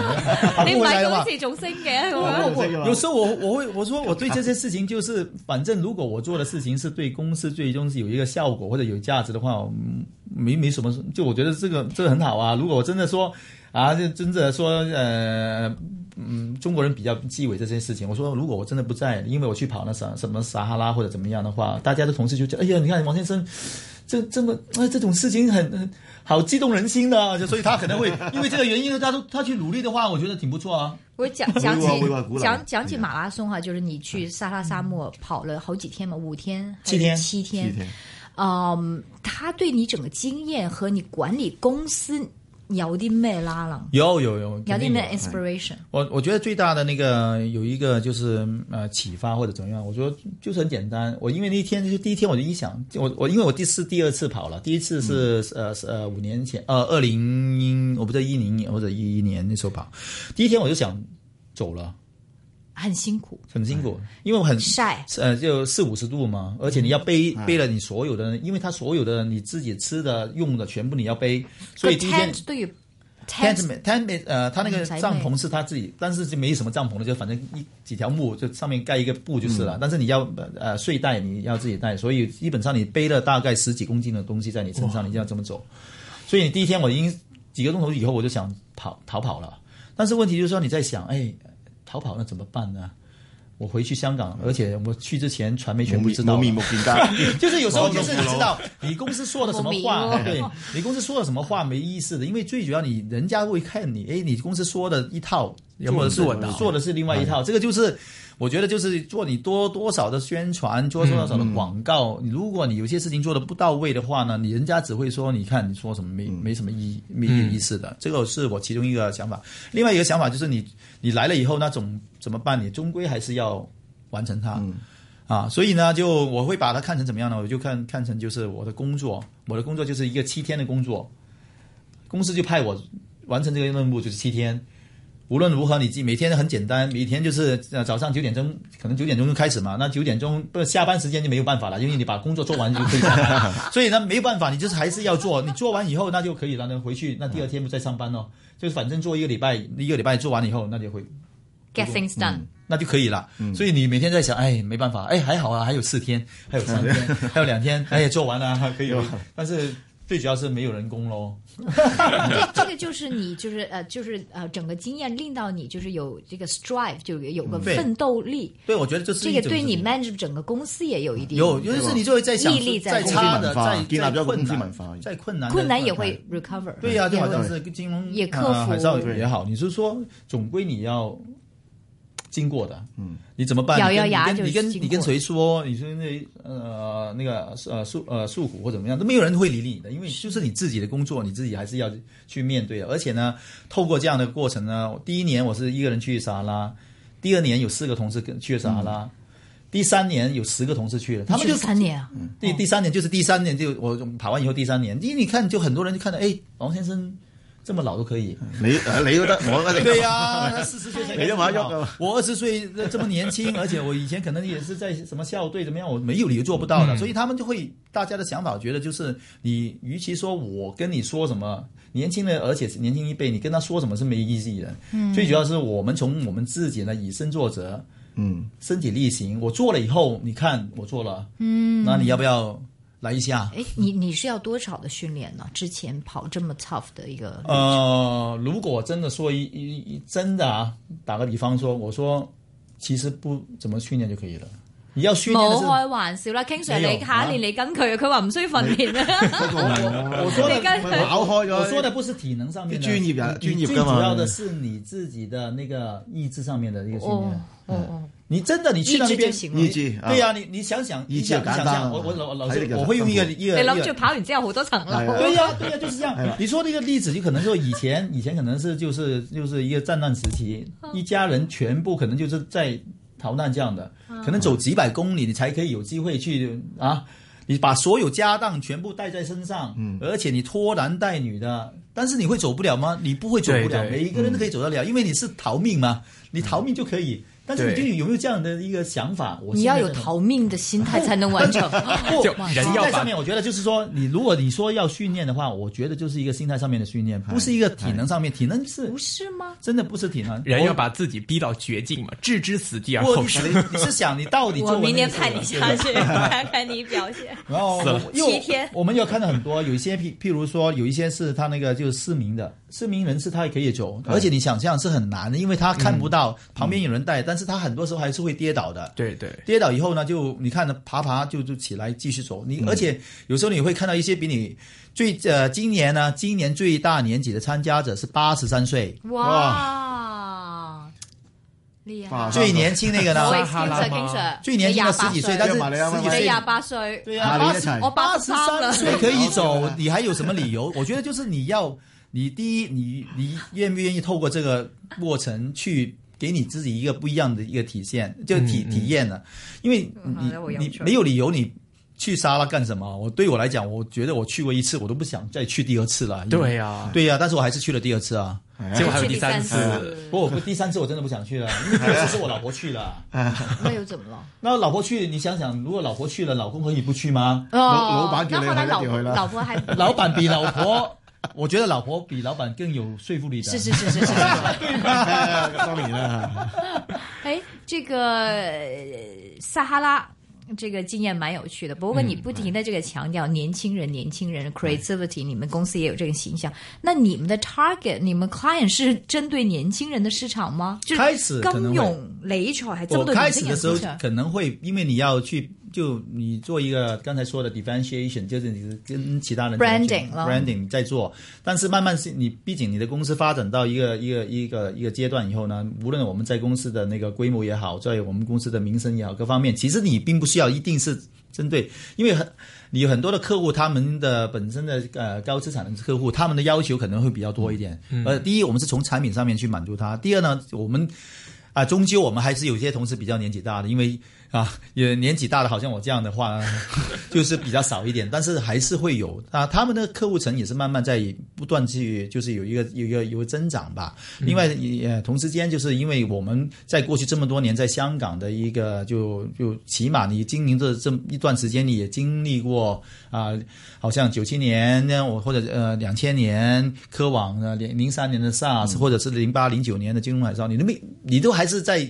Speaker 4: 你
Speaker 6: 不
Speaker 4: 唔
Speaker 6: 回来
Speaker 4: 係
Speaker 6: 的
Speaker 4: 好
Speaker 6: 话。
Speaker 4: 似仲升嘅咁
Speaker 5: 我
Speaker 4: 樣
Speaker 5: 唔識㗎嘛
Speaker 6: 有时候我我会我说我对这些事情就是，反正如果我做的事情是对公司最终是有一个效果或者有价值的话，嗯没没什么，就我觉得这个这个很好啊。如果我真的说啊，就真的说呃嗯，中国人比较忌讳这些事情。我说如果我真的不在，因为我去跑那啥什么撒哈拉或者怎么样的话，大家的同事就觉得哎呀，你看王先生。这这么哎，这种事情很很好激动人心的，就所以他可能会因为这个原因，他都他去努力的话，我觉得挺不错啊。
Speaker 4: 我 讲讲起
Speaker 5: 我以为我以为鼓掌
Speaker 4: 讲
Speaker 6: 哎
Speaker 4: 讲起马拉松哈、啊就是你去撒哈拉沙漠跑了好几天嘛，五天还是
Speaker 6: 嗯七天
Speaker 4: 七天，
Speaker 5: 七天
Speaker 4: 嗯，他对你整个经验和你管理公司有啲咩拉楞，
Speaker 6: 有有有，哎
Speaker 4: 有
Speaker 6: 肯
Speaker 4: 啲
Speaker 6: 定
Speaker 4: 咩 inspiration？
Speaker 6: 我我觉得最大的那个有一个就是呃启发或者怎么样，我觉得就是很简单。我因为那一天就是第一天我就一想，我我因为我第四第二次跑了，第一次是、呃是呃五年前呃二零我不知道一零年或者一一年那时候跑，第一天我就想走了，
Speaker 4: 很辛苦，
Speaker 6: 很辛苦，因为我很
Speaker 4: 晒
Speaker 6: 呃，就四五十度嘛，而且你要背、背了你所有的，因为它所有的你自己吃的用的全部你要背，所以
Speaker 4: 個
Speaker 6: 第一天
Speaker 4: tent 都要
Speaker 6: tent
Speaker 4: tent，
Speaker 6: 没 tent 没呃，他那
Speaker 4: 嗯
Speaker 6: 个
Speaker 4: 宅
Speaker 6: 帐
Speaker 4: 配
Speaker 6: 篷是他自己，但是就没什么帐篷的，就反正一几条木就上面盖一个布就是了。但是你要呃睡袋你要自己带，所以基本上你背了大概十几公斤的东西在你身上，你就要这么走。所以第一天我已经几个钟头以后我就想跑逃跑了，但是问题就是说你在想，哎，逃跑那怎么办呢？我回去香港，而且我去之前传媒全部知道
Speaker 5: 冇
Speaker 6: 了
Speaker 5: 面目見家，
Speaker 6: 就是有时候就是你知道你公司说了什么
Speaker 4: 我
Speaker 6: 话，
Speaker 4: 明
Speaker 6: 对你公司说了什么话没意思的，因为最主要你人家会看你，哎，你公司说的一套，
Speaker 2: 有没
Speaker 6: 做
Speaker 2: 有
Speaker 6: 的
Speaker 2: 做
Speaker 6: 哎是
Speaker 2: 到？
Speaker 6: 做的是另外一套。这个就是我觉得就是做你多多少的宣传，做多少的广告。你如果你有些事情做的不到位的话呢，你人家只会说你看你说什么没没什么意义没有意思的。这个是我其中一个想法。另外一个想法就是你你来了以后那总怎么办？你终归还是要完成它。啊，所以呢，就我会把它看成怎么样呢？我就看看成就是我的工作，我的工作就是一个七天的工作，公司就派我完成这个任务，就是七天。无论如何，你记每天很简单，每天就是呃早上九点钟，可能九点钟就开始嘛。那九点钟不下班时间就没有办法了，因为你把工作做完就可以下班了。所以呢，没有办法，你就是还是要做。你做完以后，那就可以了，那回去，那第二天不再上班咯。就是反正做一个礼拜，一个礼拜做完以后，那就回
Speaker 4: get things done，
Speaker 6: 那就可以了。
Speaker 5: 嗯
Speaker 6: 所以你每天在想，哎，没办法，哎，还好啊，还有四天，还有 三天，还有两天，哎，做完了、可以了。但是最主要是没有人工喽。
Speaker 4: 这个就是你就是呃就是呃整个经验令到你就是有这个 strive，就是有个
Speaker 6: 嗯对
Speaker 4: 奋斗力，
Speaker 6: 对，我觉得这是
Speaker 4: 这
Speaker 6: 一
Speaker 4: 个
Speaker 6: 种
Speaker 4: 对你
Speaker 6: 自己
Speaker 4: manage 整个公司也有一定
Speaker 6: 有，尤其是你就会在想
Speaker 4: 毅力，在
Speaker 6: 再
Speaker 4: 公司
Speaker 6: 差
Speaker 5: 文
Speaker 6: 的，
Speaker 5: 化
Speaker 6: 再
Speaker 5: 建立
Speaker 6: 再
Speaker 5: 咗一個
Speaker 6: 困
Speaker 5: 公司
Speaker 6: 难
Speaker 5: 文化
Speaker 6: 再困难，
Speaker 4: 困难
Speaker 6: 再
Speaker 4: 也会 recover，
Speaker 6: 对呀、就好像
Speaker 4: 也会
Speaker 6: 是金融
Speaker 4: 也克
Speaker 6: 呃海
Speaker 4: 服
Speaker 6: 啸也好，你是说总归你要经过的，嗯，你怎么办？
Speaker 4: 咬
Speaker 6: 你
Speaker 4: 咬
Speaker 6: 跟
Speaker 4: 牙
Speaker 6: 你跟
Speaker 4: 就是
Speaker 6: 你跟
Speaker 4: 经
Speaker 6: 你跟
Speaker 4: 过
Speaker 6: 谁说？你说那呃那个呃诉呃诉苦或怎么样，都没有人会理你的，因为就是你自己的工作，你自己还是要去面对的。而且呢，透过这样的过程呢，我第一年我是一个人去撒哈拉，第二年有四个同事跟去了撒哈拉。第三年有十个同事去了，他
Speaker 4: 嗯
Speaker 6: 们
Speaker 4: 去
Speaker 6: 就嗯
Speaker 4: 了三年啊，
Speaker 6: 第第三年就是第三年就我跑完以后第三年，因为你看就很多人就看到，哎，王先生这么老都可以。
Speaker 5: 你 你都得，我一定
Speaker 6: 对呀、他四十岁才
Speaker 5: 你都玩喐啊
Speaker 6: 我二十岁这么年轻， 而且我以前可能也是在什么校队怎么样，我没有理由做不到的，所以他们就会大家的想法觉得就是你，与其说我跟你说什么年轻的，而且是年轻一辈，你跟他说什么是没意义的。嗯，最主要是我们从我们自己呢以身作则，
Speaker 5: 嗯，
Speaker 6: 身体力行，我做了以后，你看我做了，嗯，那你要不要来一下？
Speaker 4: 哎，你你是要多少的训练呢？之前跑这么 tough 的一个，
Speaker 6: 呃，如果真的说一一一真的啊，打个比方说，我说其实不怎么训练就可以了。你要训练的
Speaker 4: 冇
Speaker 6: 是，
Speaker 4: 開玩笑啦，King Sir，
Speaker 6: 沒有
Speaker 4: 你下一年你跟佢，佢話唔需要啊訓練
Speaker 6: 我
Speaker 4: 啦。
Speaker 5: 哦
Speaker 6: 我我说
Speaker 4: 你跟
Speaker 6: 的。
Speaker 5: 跑開咗。
Speaker 6: 我说的不是体能上面的，
Speaker 5: 專業啊
Speaker 6: 你你
Speaker 5: 專業
Speaker 6: 最
Speaker 5: 㗎嘛
Speaker 6: 主要的是你自己的那个意志上面的一个训
Speaker 4: 哦
Speaker 6: 练。嗯
Speaker 4: 哦
Speaker 6: 你真的你去到那
Speaker 4: 意
Speaker 6: 边
Speaker 4: 志就，行
Speaker 5: 意志啊
Speaker 6: 对呀、你你想想，
Speaker 5: 意
Speaker 6: 你
Speaker 5: 志就
Speaker 6: 想你想
Speaker 5: 簡單啊
Speaker 6: 想，我我老老
Speaker 5: 睇你
Speaker 6: 师
Speaker 5: 嘅
Speaker 6: 我会用一个
Speaker 5: 生活
Speaker 6: 一
Speaker 4: 你
Speaker 6: 个一
Speaker 4: 諗
Speaker 6: 个
Speaker 4: 住跑完之後好多層
Speaker 2: 哎
Speaker 5: 係啊
Speaker 4: 樓。
Speaker 6: 对呀、对呀、就是这样。你说这个例子，就可能说以前，以前可能是就是就是一个战乱时期，
Speaker 4: 嗯
Speaker 6: 一家人全部可能就是在逃难这样的，
Speaker 4: 嗯
Speaker 6: 可能走几百公里，你才可以有机会去啊，你把所有家当全部带在身上，
Speaker 2: 嗯
Speaker 6: 而且你拖男带女的。但是你会走不了吗？你不会走不了，
Speaker 2: 对对嗯
Speaker 6: 每一个人都可以走得了，因为你是逃命嘛，你逃命就可以。但是你就
Speaker 2: 对
Speaker 6: 有没有这样的一个想法？我
Speaker 4: 你
Speaker 6: 现
Speaker 4: 要
Speaker 6: 在
Speaker 4: 有
Speaker 6: 在
Speaker 4: 逃命的心态才能完成。
Speaker 6: 不
Speaker 2: 就人要
Speaker 6: 心态
Speaker 2: 把
Speaker 6: 上面，我觉得就是说，你如果你说要训练的话，我觉得就是一个心态上面的训练，不是一个体能上面，体能是
Speaker 4: 不是吗？
Speaker 6: 真的不是体能，
Speaker 2: 人要
Speaker 6: 我。
Speaker 2: 把自己逼到绝境嘛，置之死地而
Speaker 6: 我
Speaker 2: 后
Speaker 6: 你是
Speaker 2: 生。
Speaker 6: 你是想你到底
Speaker 4: 我
Speaker 6: 做
Speaker 4: 明天派
Speaker 6: 看
Speaker 4: 你下去，看 看你表 现。
Speaker 6: 然后 我因为
Speaker 4: 七天
Speaker 6: 我我们有看到很多，有一些譬譬如说，有一些是他那个就是失明的，失明人士他也可以走，而且你想象是很难的，因为他看不到旁边有人带，但是他很多时候还是会跌倒的。
Speaker 2: 对对，
Speaker 6: 跌倒以后呢，就你看呢，爬爬就就起来继续走。你而且有时候你会看到一些比你最呃，今年呢，今年最大年纪的参加者是八十三岁，
Speaker 4: 哇，厉害！
Speaker 5: 哇
Speaker 6: 最年轻那个
Speaker 4: 我
Speaker 6: 呢，
Speaker 2: 哈啦
Speaker 4: excuse King Sir，
Speaker 6: 最年轻的十几岁，但是
Speaker 5: 約埋你啊
Speaker 6: 十
Speaker 5: 約
Speaker 6: 几
Speaker 5: 埋
Speaker 4: 你
Speaker 6: 岁
Speaker 4: 廿八岁，
Speaker 6: 对
Speaker 5: 下
Speaker 6: 呀、
Speaker 5: 年
Speaker 6: 八
Speaker 5: 一
Speaker 6: 十
Speaker 5: 齊
Speaker 4: 我
Speaker 6: 八
Speaker 4: 八
Speaker 6: 十
Speaker 4: 十三
Speaker 6: 三
Speaker 4: 了。
Speaker 6: 岁哎可以走，你还有什么理由？我觉得就是你要，你第一，你你愿不愿意透过这个过程去给你自己一个不一样的一个体现，就体、
Speaker 2: 嗯嗯
Speaker 6: 体验呢？因为
Speaker 4: 嗯好
Speaker 6: 你
Speaker 4: 的我要
Speaker 6: 你
Speaker 4: 求
Speaker 6: 没有理由你。去沙拉干什么？我对我来讲，我觉得我去过一次，我都不想再去第二次了。因为
Speaker 2: 对呀
Speaker 6: 对呀、但是我还是去了第二次啊。
Speaker 2: 结果还有
Speaker 4: 去
Speaker 2: 第
Speaker 4: 第
Speaker 2: 三
Speaker 4: 三次
Speaker 2: 次，
Speaker 6: 不过我第三次我真的不想去了，因为第二次是我老婆去了。
Speaker 4: 那又怎么了？
Speaker 6: 那老婆去，你想想，如果老婆去了，老公可以不去吗？
Speaker 5: 老老闆叫
Speaker 4: 哦那
Speaker 5: 你
Speaker 4: 后来
Speaker 5: 去
Speaker 4: 老
Speaker 5: 一定去啦
Speaker 4: 老婆 还
Speaker 6: 老板比老婆，我觉得老婆比老板更有说服力的。
Speaker 4: 是是是 是是是。
Speaker 5: 當然啦，
Speaker 4: 哎，这个呃撒哈拉这个经验蛮有趣的，不过
Speaker 6: 嗯
Speaker 4: 你不
Speaker 6: 哎
Speaker 4: 停的这个强调年轻人、年轻人 creativity，你们公司也有这个形象。那你们的 target，你们 client 是针对年轻人的市场吗？就是
Speaker 6: 开始可
Speaker 4: 金
Speaker 6: 能会
Speaker 4: 融理财系针
Speaker 6: 我
Speaker 4: 對
Speaker 6: 开
Speaker 4: 年
Speaker 6: 始
Speaker 4: 輕
Speaker 6: 的
Speaker 4: 人
Speaker 6: 时候
Speaker 4: 市場
Speaker 6: 可能会，因为你要去就你做一个刚才说的 differentiation，就是你跟其他人
Speaker 4: Branding 了
Speaker 6: branding 在做，但是慢慢是你毕竟你的公司发展到一个一个一个一个阶段以后呢，无论我们在公司的那个规模也好，在我们公司的名声也好，各方面，其实你并不需要一定是针对，因为很你有很多的客户，他们的本身的呃高资产的客户，他们的要求可能会比较多一点。呃，第一，我们是从产品上面去满足他；第二呢，我们啊，终究我们还是有些同事比较年纪大的，因为啊，也年纪大的，好像我这样的话， 就是比较少一点，但是还是会有啊。他们的客户层也是慢慢在不断去，就是有一个有一个有一个增长吧。另外，也同时间就是因为我们在过去这么多年在香港的一个就就起码你经营这这么一段时间，你也经历过啊、好像九七年呢，我或者呃两千年科网呢，零零三年的 SARS，、或者是零八零九年的金融海啸，你都没你都还是在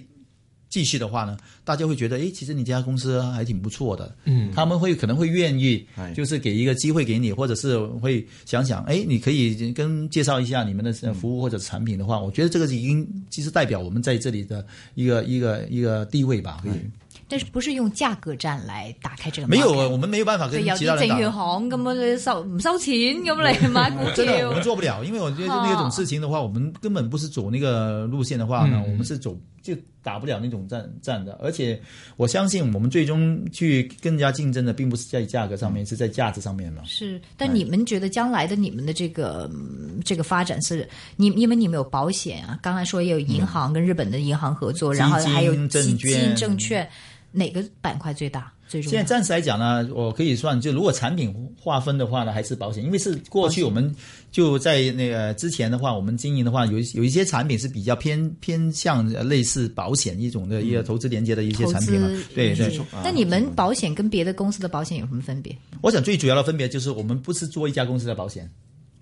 Speaker 6: 继续的话呢，大家会觉得，诶，其实你这家公司还挺不错的，嗯，他们会可能会愿意
Speaker 5: 哎，
Speaker 6: 就是给一个机会给你，或者是会想想，诶，你可以跟介绍一下你们的呃服务或者产品的话，我觉得这个已经其实代表我们在这里的一个一个一个地位吧，可以
Speaker 4: 但是不是用价格战来打开这个？
Speaker 6: 没有，啊我。们没有办法跟
Speaker 4: 佢有
Speaker 6: 其他
Speaker 4: 啲證
Speaker 6: 人打。
Speaker 4: 券行咁樣嗯你收唔收錢咁嚟買股
Speaker 6: 真的，我
Speaker 4: 票
Speaker 6: 们，做不了，因为我觉得那种事情的话，我们根本不是走那个路线的话呢，
Speaker 2: 嗯
Speaker 6: 我们是走就打不了那种战战的。而且我相信，我们最终去更加竞争的，并不是在价格上面，是在价值上面嘛。
Speaker 4: 是，但你们觉得将来的你们的这个嗯这个发展是，你因为你们有保险啊，刚才说也有银行跟日本的银行合作，然后
Speaker 6: 基金
Speaker 4: 还有嗯基
Speaker 6: 证
Speaker 4: 金、
Speaker 6: 券
Speaker 4: 证券，哪个板块最大最重
Speaker 6: 现在
Speaker 4: 要？
Speaker 6: 暂时来讲呢，我可以算，就如果产品划分的话呢，还是保险，因为是过去我们就在那个之前的话，我们经营的话，有一有一些产品是比较偏偏向类似保险一种的一个投资连接的一些
Speaker 4: 投
Speaker 6: 产
Speaker 4: 资
Speaker 6: 品嘛，对对
Speaker 4: 嗯。那你们保险跟别的公司的保险有什么分别？
Speaker 6: 我想最主要的分别就是，我们不是做一家公司的保险。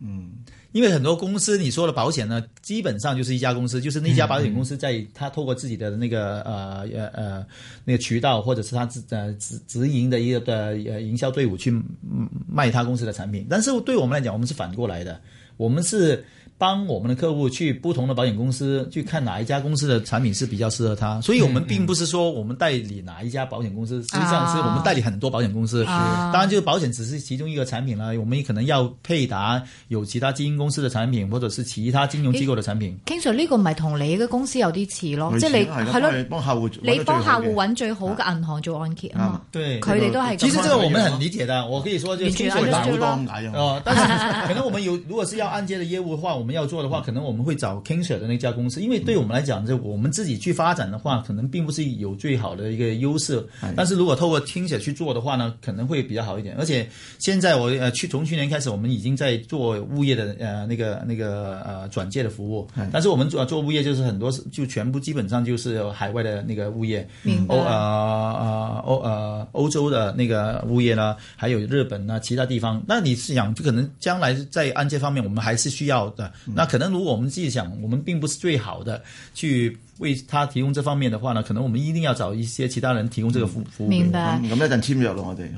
Speaker 6: 嗯，因为很多公司你说的保险呢，基本上就是一家公司，就是那家保险公司在它透过自己的那个呃呃呃那个渠道，或者是它自呃直直营的一个的呃营销队伍去嗯卖它公司的产品。但是对我们来讲，我们是反过来的，我们是。帮我们的客户去不同的保险公司去看哪一家公司的产品是比较适合他，所以我们并不是说我们代理哪一家保险公司，实际上是我们代理很多保险公司。
Speaker 4: 啊
Speaker 6: 当然，就是保险只是其中一个产品啦，我们也可能要配搭有其他基金公司的产品，或者是其他金融机构的产品。
Speaker 4: King Sir 呢個唔係同你嘅公司有啲似咯，
Speaker 5: 類
Speaker 4: 哦即
Speaker 5: 似
Speaker 4: 係你
Speaker 5: 啦係啦
Speaker 4: 係咯
Speaker 5: 幫佢，幫客戶
Speaker 4: 你
Speaker 5: 揾到
Speaker 4: 幫客
Speaker 5: 最好嘅
Speaker 4: 户揾最好嘅銀行做按揭啊嘛，
Speaker 6: 对
Speaker 4: 佢哋都
Speaker 5: 嗯
Speaker 4: 係咁
Speaker 6: 其實這個我們很理解的，我可以說就是
Speaker 4: 你覺得
Speaker 6: 通常
Speaker 4: 安全
Speaker 5: 好當解啊嘛
Speaker 6: 哦，但是可能我们有，如果是要按揭的业务的话，我们要做的 话，可能我们会找 Kingshare 的那家公司，因为对我们来讲，就我们自己去发展的话，可能并不是有最好的一个优势。
Speaker 4: 哎
Speaker 6: 但是如果透过 Kingshare 去做的话呢，可能会比较好一点。而且现在我呃去从去年开始，我们已经在做物业的呃那个那个呃转介的服务，
Speaker 4: 哎
Speaker 6: 但是我们主要做物业就是很多是就全部基本上就是海外的那个物业，
Speaker 4: 明白
Speaker 6: 欧呃呃欧呃欧洲的那个物业呢，还有日本呢，其他地方。那你是想，就可能将来在按揭方面，我们还是需要的。
Speaker 2: 嗯
Speaker 6: 那可能如果我们自己想，我们并不是最好的去为他提供这方面的话呢，可能我们一定要找一些其他人提供这个服
Speaker 2: 嗯
Speaker 6: 服务。
Speaker 4: 明 白。
Speaker 5: 咁一陣簽約咯，我哋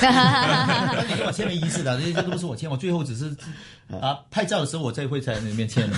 Speaker 5: 去。
Speaker 6: 啊，你跟我签名仪式的，这些都不是我签，我最后只是 啊拍照的时候我再会在那边签的。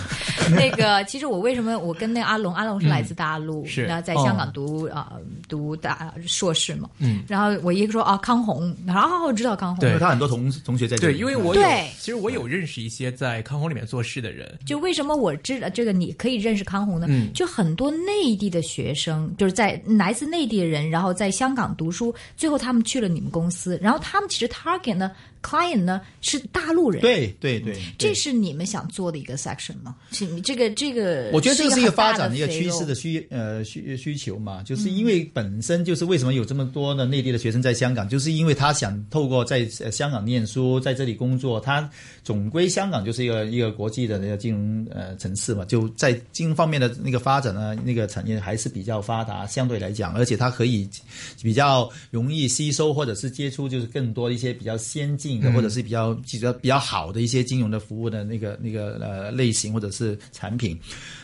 Speaker 4: 那个，其实我为什么我跟那个阿龙，阿龙是来自大陆，
Speaker 2: 嗯是哦
Speaker 4: 然后在香港读啊、读大硕士嘛，嗯，然后我一个说啊康宏，然后啊我知道康宏，
Speaker 2: 对
Speaker 6: 因为他很多同同学在这里
Speaker 2: 对，因为我有
Speaker 4: 对，
Speaker 2: 其实我有认识一些在康弘里面做事的人，
Speaker 4: 就为什么我知道这个你可以认识康宏呢？
Speaker 2: 嗯
Speaker 4: 就很多内地的学生，就是在来自内地的人，然后在香港读书，最后他们去了你们公司，然后他们其实 target 呢，client 呢是大陆人，，
Speaker 6: 对对对，
Speaker 4: 这是你们想做的一个 section 吗？是你这个这个，
Speaker 6: 我觉得这
Speaker 4: 是
Speaker 6: 是一
Speaker 4: 个很
Speaker 6: 个
Speaker 4: 大
Speaker 6: 发展的一个
Speaker 4: 肥
Speaker 6: 趋势
Speaker 4: 肉
Speaker 6: 的需呃需需求嘛，就是因为本身就是为什么有这么多的内地的学生在香港，就是因为他想透过在呃香港念书，在这里工作，他总归香港就是一个一个国际的那个金融呃城市嘛，就在金融方面的那个发展呢，那个产业还是比较发达，相对来讲，而且它可以比较容易吸收或者是接触，就是更多一些比较先进的、或者是比较比较比较好的一些金融的服务的那个那个呃类型或者是产品。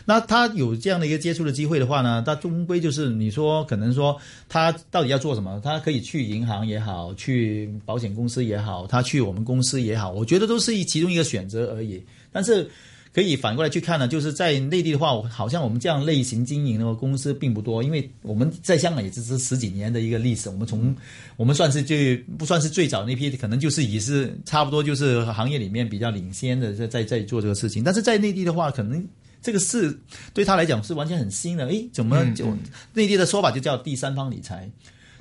Speaker 6: 那他有这样的一个接触的机会的话呢，他终归就是你说可能说他到底要做什么？他可以去银行也好，去保险公司也好，他去我们公司也好，我觉得都是一其中一个选择而已。但是。可以反过来去看呢，就是在内地的话，我好像我们这样类型经营的公司并不多，因为我们在香港也只是十几年的一个历史，我们从我们算是最不算是最早那批，可能就是也是差不多就是行业里面比较领先的在在在做这个事情，但是在内地的话，可能。这个是对他来讲是完全很新的，诶，怎
Speaker 4: 嗯
Speaker 6: 么就、内地的说法就叫第三方理财？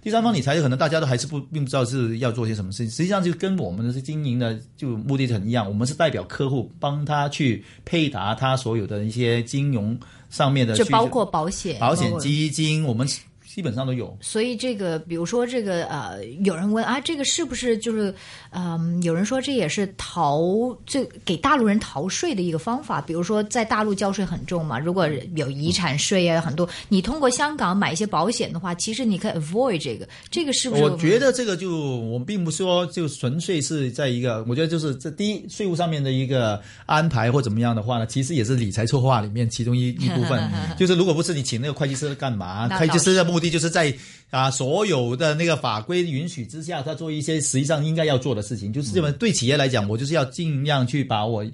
Speaker 6: 第三方理财可能大家都还是不并不知道是要做些什么事情，实际上就跟我们的经营的就目的很一样，我们是代表客户帮他去配达他所有的一些金融上面的需
Speaker 4: 就
Speaker 6: 求，
Speaker 4: 包括嗯保险、
Speaker 6: 保
Speaker 4: 包
Speaker 6: 险、
Speaker 4: 括
Speaker 6: 基金，我们基本上都有。
Speaker 4: 所以这个，比如说这个呃，有人问啊，这个是不是就是嗯、有人说这也是逃最给大陆人逃税的一个方法。比如说在大陆交税很重嘛，如果有遗产税啊，很多你通过香港买一些保险的话，其实你可以 avoid 这个。这个是不是？
Speaker 6: 我觉得这个就我们并不说就纯粹是在一个，我觉得就是这第一税务上面的一个安排或怎么样的话呢，其实也是理财策划里面其中一一部 分。就是如果不是你请那个会计师干嘛？
Speaker 4: 那倒
Speaker 6: 会
Speaker 4: 是
Speaker 6: 计师的目的就是在啊所有的那个法规允许之下，他做一些实际上应该要做的事情。就是这么对企业来讲，我就是要尽量去把我。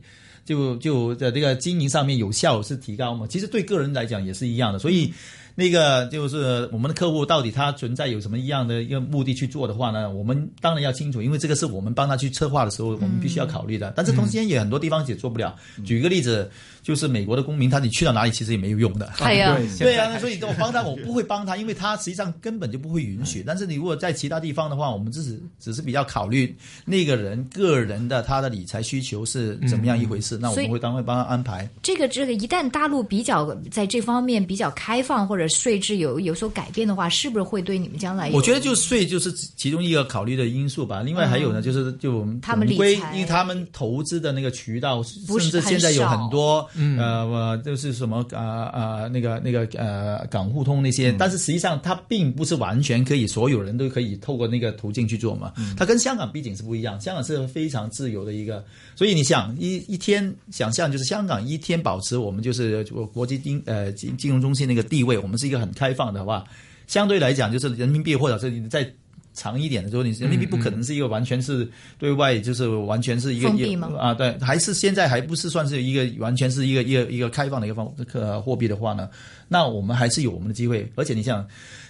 Speaker 6: 就就呃在这个经营上面有效是提高嘛，其实对个人来讲也是一样的，所以那个就是我们的客户到底他存在有什么一样的一个目的去做的话呢？我们当然要清楚，因为这个是我们帮他去策划的时候，我们必须要考虑
Speaker 4: 嗯
Speaker 6: 的。但是同时间也很多地方也做不了。举个例子，就是美国的公民，他你去到哪里其实也没 有用的。
Speaker 4: 哎呀，
Speaker 5: 嗯
Speaker 6: 对啊，所以我帮他，我不会帮他，因为他实际上根本就不会允
Speaker 4: 嗯
Speaker 6: 许。但是你如果在其他地方的话，我们只是只是比较考虑那个人个人的他的理财需求是怎么样一回事，那我
Speaker 4: 所
Speaker 6: 们
Speaker 4: 以
Speaker 6: 会当会帮他安排。
Speaker 4: 这个这个，一旦大陆比较在这方面比较开放，或者税制有有所改变的话，是不是会对你们将来有？
Speaker 6: 我觉得就税就是其中一个考虑的因素吧。另外还有呢，就是就我们
Speaker 4: 嗯他们理
Speaker 6: 归
Speaker 4: 财，
Speaker 6: 因为他们投资的那个渠道，甚
Speaker 4: 不是
Speaker 6: 至
Speaker 4: 很
Speaker 6: 现在有
Speaker 4: 少
Speaker 6: 很多呃呃，就是什么呃呃那个那个呃港互通那些，但是实际上它并不是完全可以所有人都可以透过那个途径去做嘛。它跟香港毕竟是不一样，香港是非常自由的一个，所以你想一一天想象就是香港一天保持我们就是国国际金呃金金融中心那个地位，我们是一个很开放的话。相对来讲，就是人民币或者是你再长一点的时候，你人民币不可能是一个完全是对外，就是完全是一个
Speaker 4: 封闭吗
Speaker 6: 啊，对，还是现在还不是算是一个完全是一个一个一个开放的一个方呃货币的话呢，那我们还是有我们的机会。而且你想，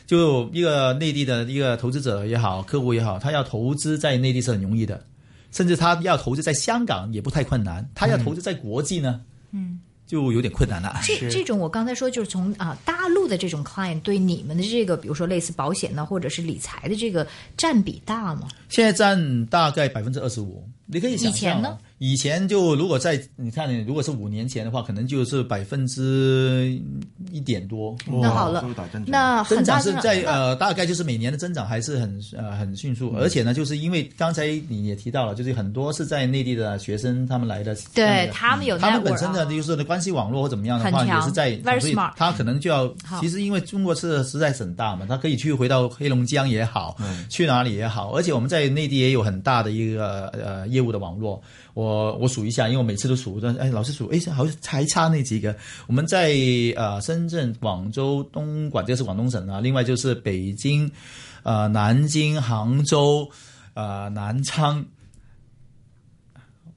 Speaker 6: 就一个内地的一个投资者也好，客户也好，他要投资在内地是很容易的，甚至他要投资在香港也不太困难，他要投资在国际呢，嗯，就有点困难啊了。
Speaker 4: 这这种我刚才说就是从啊大陆的这种 client 对你们的这个，比如说类似保险呢，或者是理财的这个占比大吗？
Speaker 6: 现在占大概百分之二十五。你可以想象啊
Speaker 4: 以前呢？
Speaker 6: 以前就如果在你看，如果是五年前的话，可能就是百分之一点多。
Speaker 4: 那好了
Speaker 5: 都打针，
Speaker 4: 那哦
Speaker 6: 增
Speaker 4: 很
Speaker 6: 长
Speaker 4: 大
Speaker 6: 嗯
Speaker 4: 嗯
Speaker 6: 是
Speaker 4: 程度
Speaker 6: 在呃，大概就是每年的增长还是很呃很迅速，而且呢，就是因为刚才你也提到了，就是很多是在内地的学生他们来的，呃
Speaker 4: 对他们有
Speaker 6: 嗯他
Speaker 4: network，哦啊
Speaker 6: 们本身的就是关系网络或怎么样的话，
Speaker 4: 很强
Speaker 6: 也是在，
Speaker 4: very
Speaker 6: 所以
Speaker 4: smart
Speaker 6: 他可能就要
Speaker 4: 好，
Speaker 6: 其实因为中国是实在是很大嘛，他可以去回到黑龙江也好，去哪里也好，而且我们在内地也有很大的一个呃业务的网络。我我数一下，因为我每次都数，但哎，老是数，哎，好像还差那几个。我们在呃深圳、广州、东莞，这个是广东省啊，另外就是北京、呃南京、杭州、呃南昌，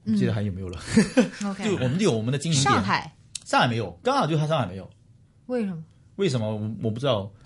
Speaker 4: 嗯
Speaker 6: 不记得还有没有了？就嗯
Speaker 4: OK，
Speaker 6: 我们就有我们的经营点。
Speaker 4: 上海
Speaker 6: 上海没有，刚好就他上海没有。
Speaker 4: 为什么？
Speaker 6: 为什么我我不知道？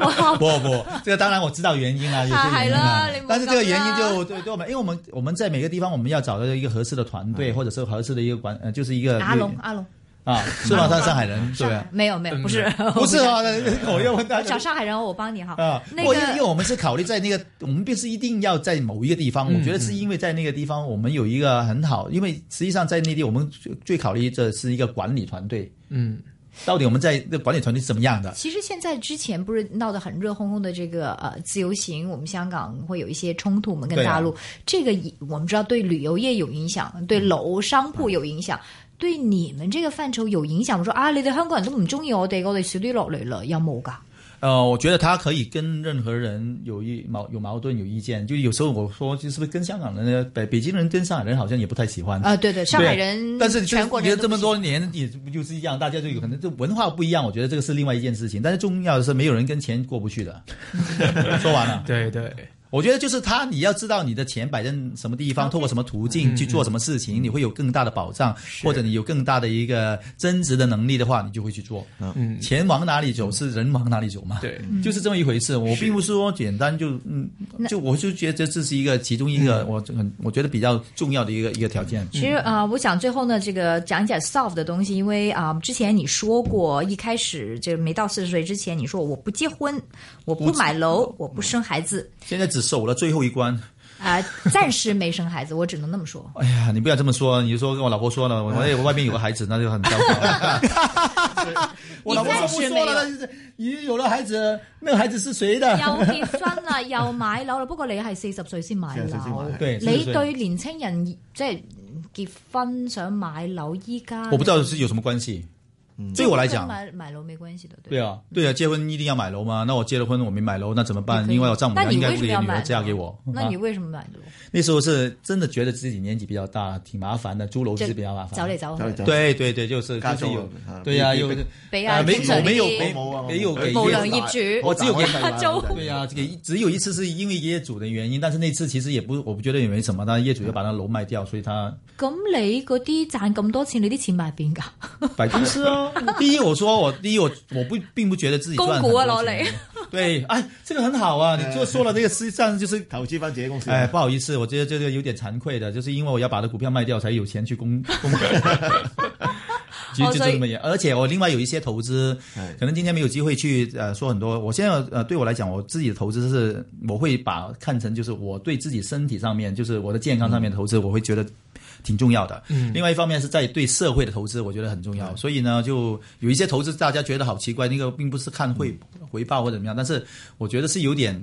Speaker 4: 我好
Speaker 6: 不不，这个当然我知道原因啦，有些原因
Speaker 4: 啊
Speaker 6: 啦
Speaker 4: 係啦你。冇
Speaker 6: 但是这个原因
Speaker 4: 咁
Speaker 6: 就对对我们，因为我们我们在每个地方我们要找到一个合适的团队，或者是合适的一个管，呃，就是一个
Speaker 4: 阿龙阿龙，
Speaker 6: 啊，是吗？他是上海人对
Speaker 4: 上海
Speaker 6: 啊，
Speaker 4: 没有没有不是
Speaker 6: 不是啊，我要问大
Speaker 4: 我找
Speaker 6: 家。
Speaker 4: 上海人，我帮你哈
Speaker 6: 啊，
Speaker 4: 那
Speaker 6: 我因为因为
Speaker 4: 个
Speaker 6: 我们是考虑在那个，我们必是一定要在某一个地方。我觉得是因为在那个地方，我们有一个很好，因为实际上在内地，我们最最考虑的是一个管理团队，
Speaker 2: 嗯，
Speaker 6: 到底我们在这管理团队是怎么样的？
Speaker 4: 其实现在之前不是闹得很热烘烘的这个呃自由行，我们香港会有一些冲突嘛，跟
Speaker 6: 对啊
Speaker 4: 大陆、这个也我们知道对旅游业有影响，对楼商铺有影响，对你们这个范畴有影响。我说啊，你哋香港人都唔中意我哋，我哋少啲落嚟啦，有冇噶？
Speaker 6: 呃，我觉得他可以跟任何人有一矛有矛盾有意见，就有时候我说，就是不是跟香港人呢、北北京人跟上海人好像也不太喜欢
Speaker 4: 啊，对对，上海人，
Speaker 6: 对但是就是
Speaker 4: 全国
Speaker 6: 你
Speaker 4: 人
Speaker 6: 看
Speaker 4: 都
Speaker 6: 这么
Speaker 4: 不
Speaker 6: 多年也就是一样，大家就有可能这文化不一样，我觉得这 个是另外一件事情。但是重要的是，没有人跟钱过不去的。说完了，
Speaker 2: 对对，
Speaker 6: 我我觉得就是他，你要知道你的钱摆在什么地方，嗯通过什么途径去做什么事情，你会有更大的保障，或者你有更大的一个增值的能力的话，你就会去做。
Speaker 2: 嗯
Speaker 6: 钱往哪里走是人往哪里走嘛，
Speaker 2: 对，
Speaker 6: 就是这么一回事。我并不是说简单就嗯，就我就觉得这是一个其中一个我很我觉得比较重要的一个一个条件。嗯
Speaker 4: 其实啊、呃我想最后呢，这个讲一讲 soft 的东西，因为啊、之前你说过，一开始就没到四十岁之前，你说我不结婚，我不买楼，我不生孩子
Speaker 6: 现在只守了最后一关。
Speaker 4: 啊、暂时没生孩子，我只能那么说。
Speaker 6: 哎呀，你不要这么说，你就说跟我老婆说了，我哎我外面有个孩子，那就很糟糕。 我老婆说不说了，你有了孩子，那个孩子是谁的？
Speaker 4: 又結婚啦，又買樓啦，不過你係四十歲先買
Speaker 5: 40先
Speaker 4: 樓
Speaker 5: 買，
Speaker 6: 對
Speaker 4: 你
Speaker 6: 40
Speaker 4: 對年青人即係結婚想買樓，依家
Speaker 6: 我不知道是有什么关系。对我来讲，
Speaker 4: 買買樓沒關係的，
Speaker 6: 对啊，对啊，结婚一定要买楼吗？那我结了婚我没买楼，那怎么办？
Speaker 4: 可以
Speaker 6: 因为我丈母
Speaker 4: 那
Speaker 6: 娘
Speaker 4: 你
Speaker 6: 应该
Speaker 4: 为
Speaker 6: 不
Speaker 4: 什么
Speaker 6: 给
Speaker 4: 要
Speaker 6: 女
Speaker 4: 买
Speaker 6: 儿
Speaker 4: 樓？
Speaker 6: 嫁给我。
Speaker 4: 那你
Speaker 6: 啊
Speaker 4: 为什么买樓？
Speaker 6: 那时候是真的觉得自己年纪比较大，挺麻烦的，租楼是比较麻
Speaker 4: 走
Speaker 6: 烦。
Speaker 4: 嚟走去，
Speaker 6: 对对对，就是
Speaker 5: 加
Speaker 6: 就是
Speaker 5: 州
Speaker 6: 有
Speaker 5: 啊
Speaker 6: 对呀，
Speaker 5: 被
Speaker 6: 啊有
Speaker 5: 被
Speaker 4: 俾
Speaker 6: 啊
Speaker 4: 啊
Speaker 6: 没
Speaker 4: 經
Speaker 6: 我
Speaker 4: 常
Speaker 6: 没有
Speaker 4: 呢
Speaker 6: 没
Speaker 4: 啲
Speaker 5: 冇啊冇
Speaker 6: 没有给
Speaker 4: 無
Speaker 6: 业
Speaker 4: 良
Speaker 6: 主
Speaker 4: 業主
Speaker 6: 我只 有给
Speaker 4: 租
Speaker 6: 对呀、这个只有一次是因为业主的原因，但是那次其实也不，我不觉得也没什么，但是业主要把那楼卖掉，所以他
Speaker 4: 咁你嗰啲賺咁多錢，你啲錢買邊㗎？
Speaker 6: 摆公司哦。 第一，我说我第一我我不并不觉得自己赚很
Speaker 4: 啊公股啊
Speaker 6: 多
Speaker 4: 老
Speaker 6: 钱
Speaker 4: 雷，
Speaker 6: 对，哎，这个很好啊，你 就说了这个，实际上就是
Speaker 5: 投資翻自己公司。
Speaker 6: 哎，不好意思，我觉得这个有点惭愧的，就是因为我要把这股票卖掉，才有钱去供供股。其实就这么严，而且我另外有一些投资
Speaker 5: 哎，
Speaker 6: 可能今天没有机会去呃说很多。我现在呃对我来讲，我自己的投资是我会把看成就是我对自己身体上面，就是我的健康上面的投资，我会觉得挺重要的。嗯，另外一方面是在对社会的投资，我觉得很重要。所以呢，就有一些投资大家觉得好奇怪，那个并不是看回回报或者怎么样，但是我觉得是有点。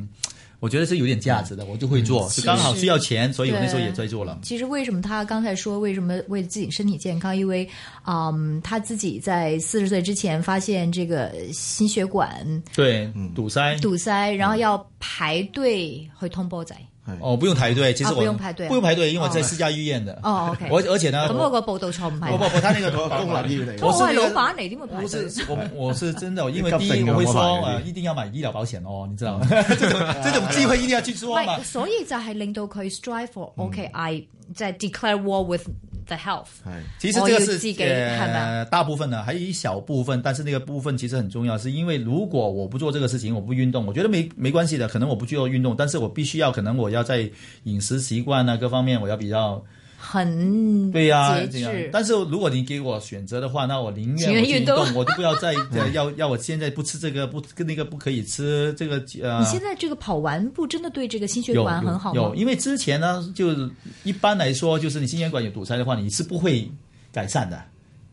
Speaker 6: 我觉得是有点价值的，我就会做，就刚好需要钱，所以我那时候也在做了。
Speaker 4: 其实为什么他刚才说为什么为自己身体健康？因为，嗯，他自己在四十岁之前发现这个心血管
Speaker 6: 对，堵塞，
Speaker 4: 堵塞，然后要排队去通波仔。
Speaker 6: 哦，不用排队，其实
Speaker 4: 啊
Speaker 6: 我、
Speaker 4: 不用排队啊
Speaker 6: 不用排队，因为我在私家医院的。
Speaker 4: 哦，OK。
Speaker 6: 我而且呢，
Speaker 4: 咁我
Speaker 6: 我
Speaker 4: 個報道錯唔
Speaker 6: 不
Speaker 4: 係
Speaker 6: 不
Speaker 4: 嘛。
Speaker 6: 不，他那个
Speaker 5: 公立醫院嚟
Speaker 4: 我
Speaker 6: 我
Speaker 5: 嘅，
Speaker 6: 是
Speaker 4: 係
Speaker 6: 那
Speaker 4: 老
Speaker 6: 個
Speaker 4: 闆嚟，點會排
Speaker 6: 不
Speaker 4: 隊
Speaker 6: 是，是我我是真的，因为
Speaker 5: 急
Speaker 6: 第
Speaker 5: 性
Speaker 6: 一
Speaker 5: 嘅
Speaker 6: 我会
Speaker 5: 我懷
Speaker 6: 说
Speaker 5: 疑
Speaker 6: 呃，一定要买医疗保险哦，你知道吗？ 这种这种机会一定要去
Speaker 4: 唔
Speaker 6: 做嘛嗯
Speaker 4: 係，。所以就係令到佢 strive for，OK，I 即係 declare war with the health。
Speaker 5: 係
Speaker 6: 其实这个
Speaker 4: 我有
Speaker 6: 是
Speaker 4: 自己看
Speaker 6: 呃
Speaker 4: 吧
Speaker 6: 大部分呢，还有一小部分，但是那个部分其实很重要，是因为如果我不做这个事情，我不运动，我觉得没没关系的，可能我不去做运动，但是我必须要，可能我要在饮食习惯啊各方面我要比较
Speaker 4: 很
Speaker 6: 对呀、
Speaker 4: 嗯节
Speaker 6: 这样
Speaker 4: 制。
Speaker 6: 但是如果你给我选择的话，那我宁愿
Speaker 4: 宁愿
Speaker 6: 我去
Speaker 4: 运动
Speaker 6: 动，我都不要 再呃要要我现在不吃这个不跟那个不可以吃这个呃。
Speaker 4: 你现在这个跑完步真的对这个心血
Speaker 6: 有
Speaker 4: 管很好
Speaker 6: 有
Speaker 4: 吗
Speaker 6: 有，？因为之前呢，就是一般来说，就是你心血管有堵塞的话，你是不会改善的。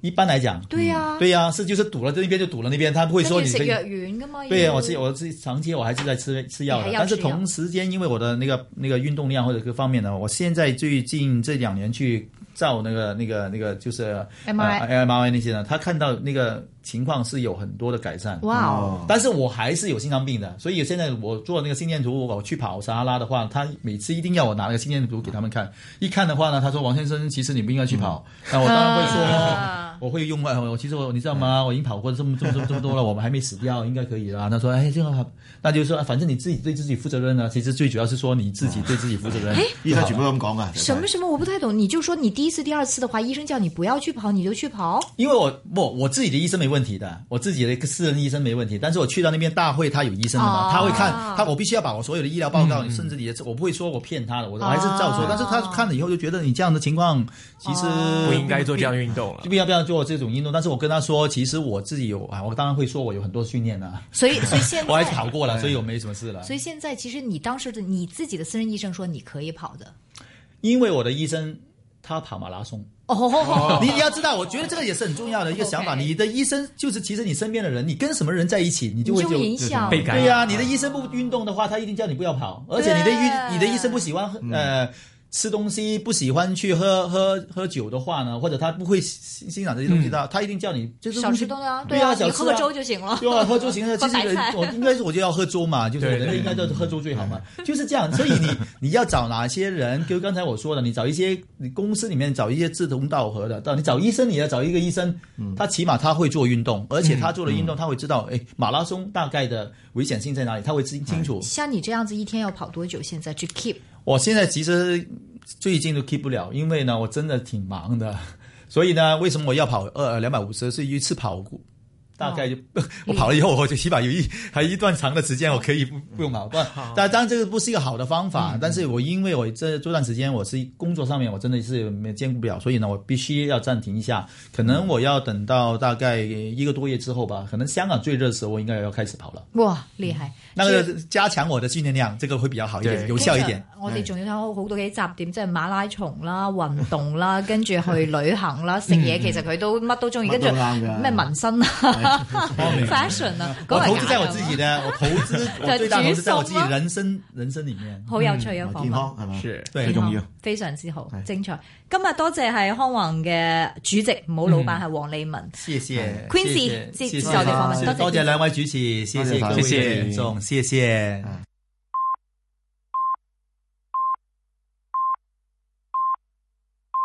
Speaker 6: 一般来讲，嗯
Speaker 4: 对呀
Speaker 6: 对呀、是就是堵了这边就堵了那边，他不会
Speaker 4: 跟
Speaker 6: 说
Speaker 4: 住
Speaker 6: 你可
Speaker 4: 食
Speaker 6: 以
Speaker 4: 藥丸㗎嘛。
Speaker 6: 对呀，
Speaker 4: 要
Speaker 6: 我是我是长期我还是在吃吃药的
Speaker 4: 你，还要
Speaker 6: 但是
Speaker 4: 吃药
Speaker 6: 同时间因为我的那个那个运动量或者各方面呢，我现在最近这两年去照那个那个那个就是呃
Speaker 4: MRI
Speaker 6: M I 那些呢，他看到那个情况是有很多的改善。
Speaker 4: 哇哦！
Speaker 5: 啊
Speaker 6: 但是我还是有心脏病的，所以现在我做那个心电图，我去跑撒哈拉的话，他每次一定要我拿那个心电图给他们看。一看的话呢，他说王先生，其实你不应该去跑。那我当然会说，哦
Speaker 4: 啊
Speaker 6: 我会用啊，我其实我你知道吗？我已经跑过这么这么这么这么多了，我们还没死掉，应该可以啦。他说，哎，这个好，那就是说，反正你自己对自己负责任呢、其实最主要是说你自己对自己负责任。
Speaker 5: 醫生全部都咁講㗎。
Speaker 4: 什么什么我不太懂，你就说你第一次、第二次的话，医生叫你不要去跑，你就去跑。
Speaker 6: 因为我不我自己的医生没问题的，我自己的一个私人医生没问题。但是我去到那边大会，他有医生的嘛，
Speaker 4: 哦嗯
Speaker 6: 他会看他，我必须要把我所有的医疗报告，甚至你的，我不会说我骗他的，我我还是照说。
Speaker 4: 哦
Speaker 6: 但是他看了以后就觉得你这样的情况其实
Speaker 2: 不应该做这样运动了
Speaker 6: 就。不要不要做这种运动。但是我跟他说，其实我自己有啊，我当然会说我有很多训练啊，
Speaker 4: 所以，所以现
Speaker 6: 我还
Speaker 4: 在，
Speaker 6: 跑过了，所以我没什么事了。
Speaker 4: 所以现在其实你当时的你自己的私人医生说你可以跑的。
Speaker 6: 因为我的医生他跑马拉松。
Speaker 4: 哦，
Speaker 6: 你你要知道，我觉得这个也是很重要的一个想法。
Speaker 4: OK
Speaker 6: 你的医生就是，其实你身边的人，你跟什么人在一起，你 就
Speaker 4: 你
Speaker 6: 会
Speaker 4: 就
Speaker 6: 就
Speaker 4: 会影响
Speaker 2: 被感染
Speaker 6: 对呀、你的医生不运动的话，他一定叫你不要跑，而且你的
Speaker 4: 对
Speaker 6: 医你的医生不喜欢呃吃东西不喜欢去喝喝喝酒的话呢，或者他不会欣欣赏这些东西的，他一定叫你就是
Speaker 4: 嗯少吃东西啊，
Speaker 6: 对
Speaker 4: 啊，
Speaker 6: 少
Speaker 4: 你
Speaker 6: 吃
Speaker 4: 喝个粥就行了。
Speaker 6: 对啊，喝粥行了。其实
Speaker 4: 白菜
Speaker 6: 我应该是我就要喝粥嘛，就是我
Speaker 2: 对
Speaker 6: 人
Speaker 2: 对
Speaker 6: 类应该就是喝粥最好嘛，就是这样。所以你你要找哪些人？就刚才我说的，你找一些你公司里面找一些志同道合的，到你找医生，你要找一个医生，
Speaker 2: 嗯
Speaker 6: 他起码他会做运动，而且他做了运动，他会知道哎马拉松大概的危险性在哪里，他会清清
Speaker 2: 哎
Speaker 6: 楚。
Speaker 4: 像你这样子一天要跑多久？现在去 keep
Speaker 6: 我现在其实最近都 keep 不了，因为呢，我真的挺忙的， 所以呢，为什么我要跑呃两百五十？是一次跑过大概就、 我跑了以后，我就起码有一 还一段长的时间，我可以不不用跑。不，但当然这个不是一个好的方法，但是我因为我这这段时间我是工作上面我真的是没兼顾不了，所以呢，我必须要暂停一下。可能我要等到大概一个多月之后吧，可能香港最热的时候，我应该要开始跑了。
Speaker 4: 哇，厉害！
Speaker 6: 嗯那
Speaker 4: 这
Speaker 6: 个加强我的训练量，这个会比较好一点，
Speaker 2: 对
Speaker 6: 有效一点。。哎
Speaker 4: 我哋仲要有好多幾集點，即係馬拉松啦、運動 啦，跟住去旅行啦、食
Speaker 6: 嗯
Speaker 4: 嘢，其實佢都乜都中意，跟住
Speaker 5: 乜都啱㗎
Speaker 4: 咩紋 身 啊、fashion 啊，
Speaker 6: 哎我
Speaker 4: 嗰
Speaker 6: 投资在我自己
Speaker 4: 嘅，
Speaker 6: 的，我投资我最大投资在我自己人生人生里面。
Speaker 4: 好有趣嘅
Speaker 5: 嗯健
Speaker 4: 訪問。
Speaker 5: 康係咪？
Speaker 2: 是
Speaker 6: 对
Speaker 5: 最重要。
Speaker 4: 非常之好，
Speaker 5: 係
Speaker 4: 精彩。今日多謝係康宏嘅主席，唔好
Speaker 5: 嗯
Speaker 4: 老闆係黃利文。
Speaker 6: 谢谢
Speaker 4: Quincy，
Speaker 6: 谢谢
Speaker 4: 接受
Speaker 5: 我哋訪問
Speaker 6: 谢谢
Speaker 4: 多谢
Speaker 6: 多谢两位主持，谢谢各
Speaker 2: 谢
Speaker 6: 位
Speaker 2: 谢
Speaker 6: 听众，谢谢。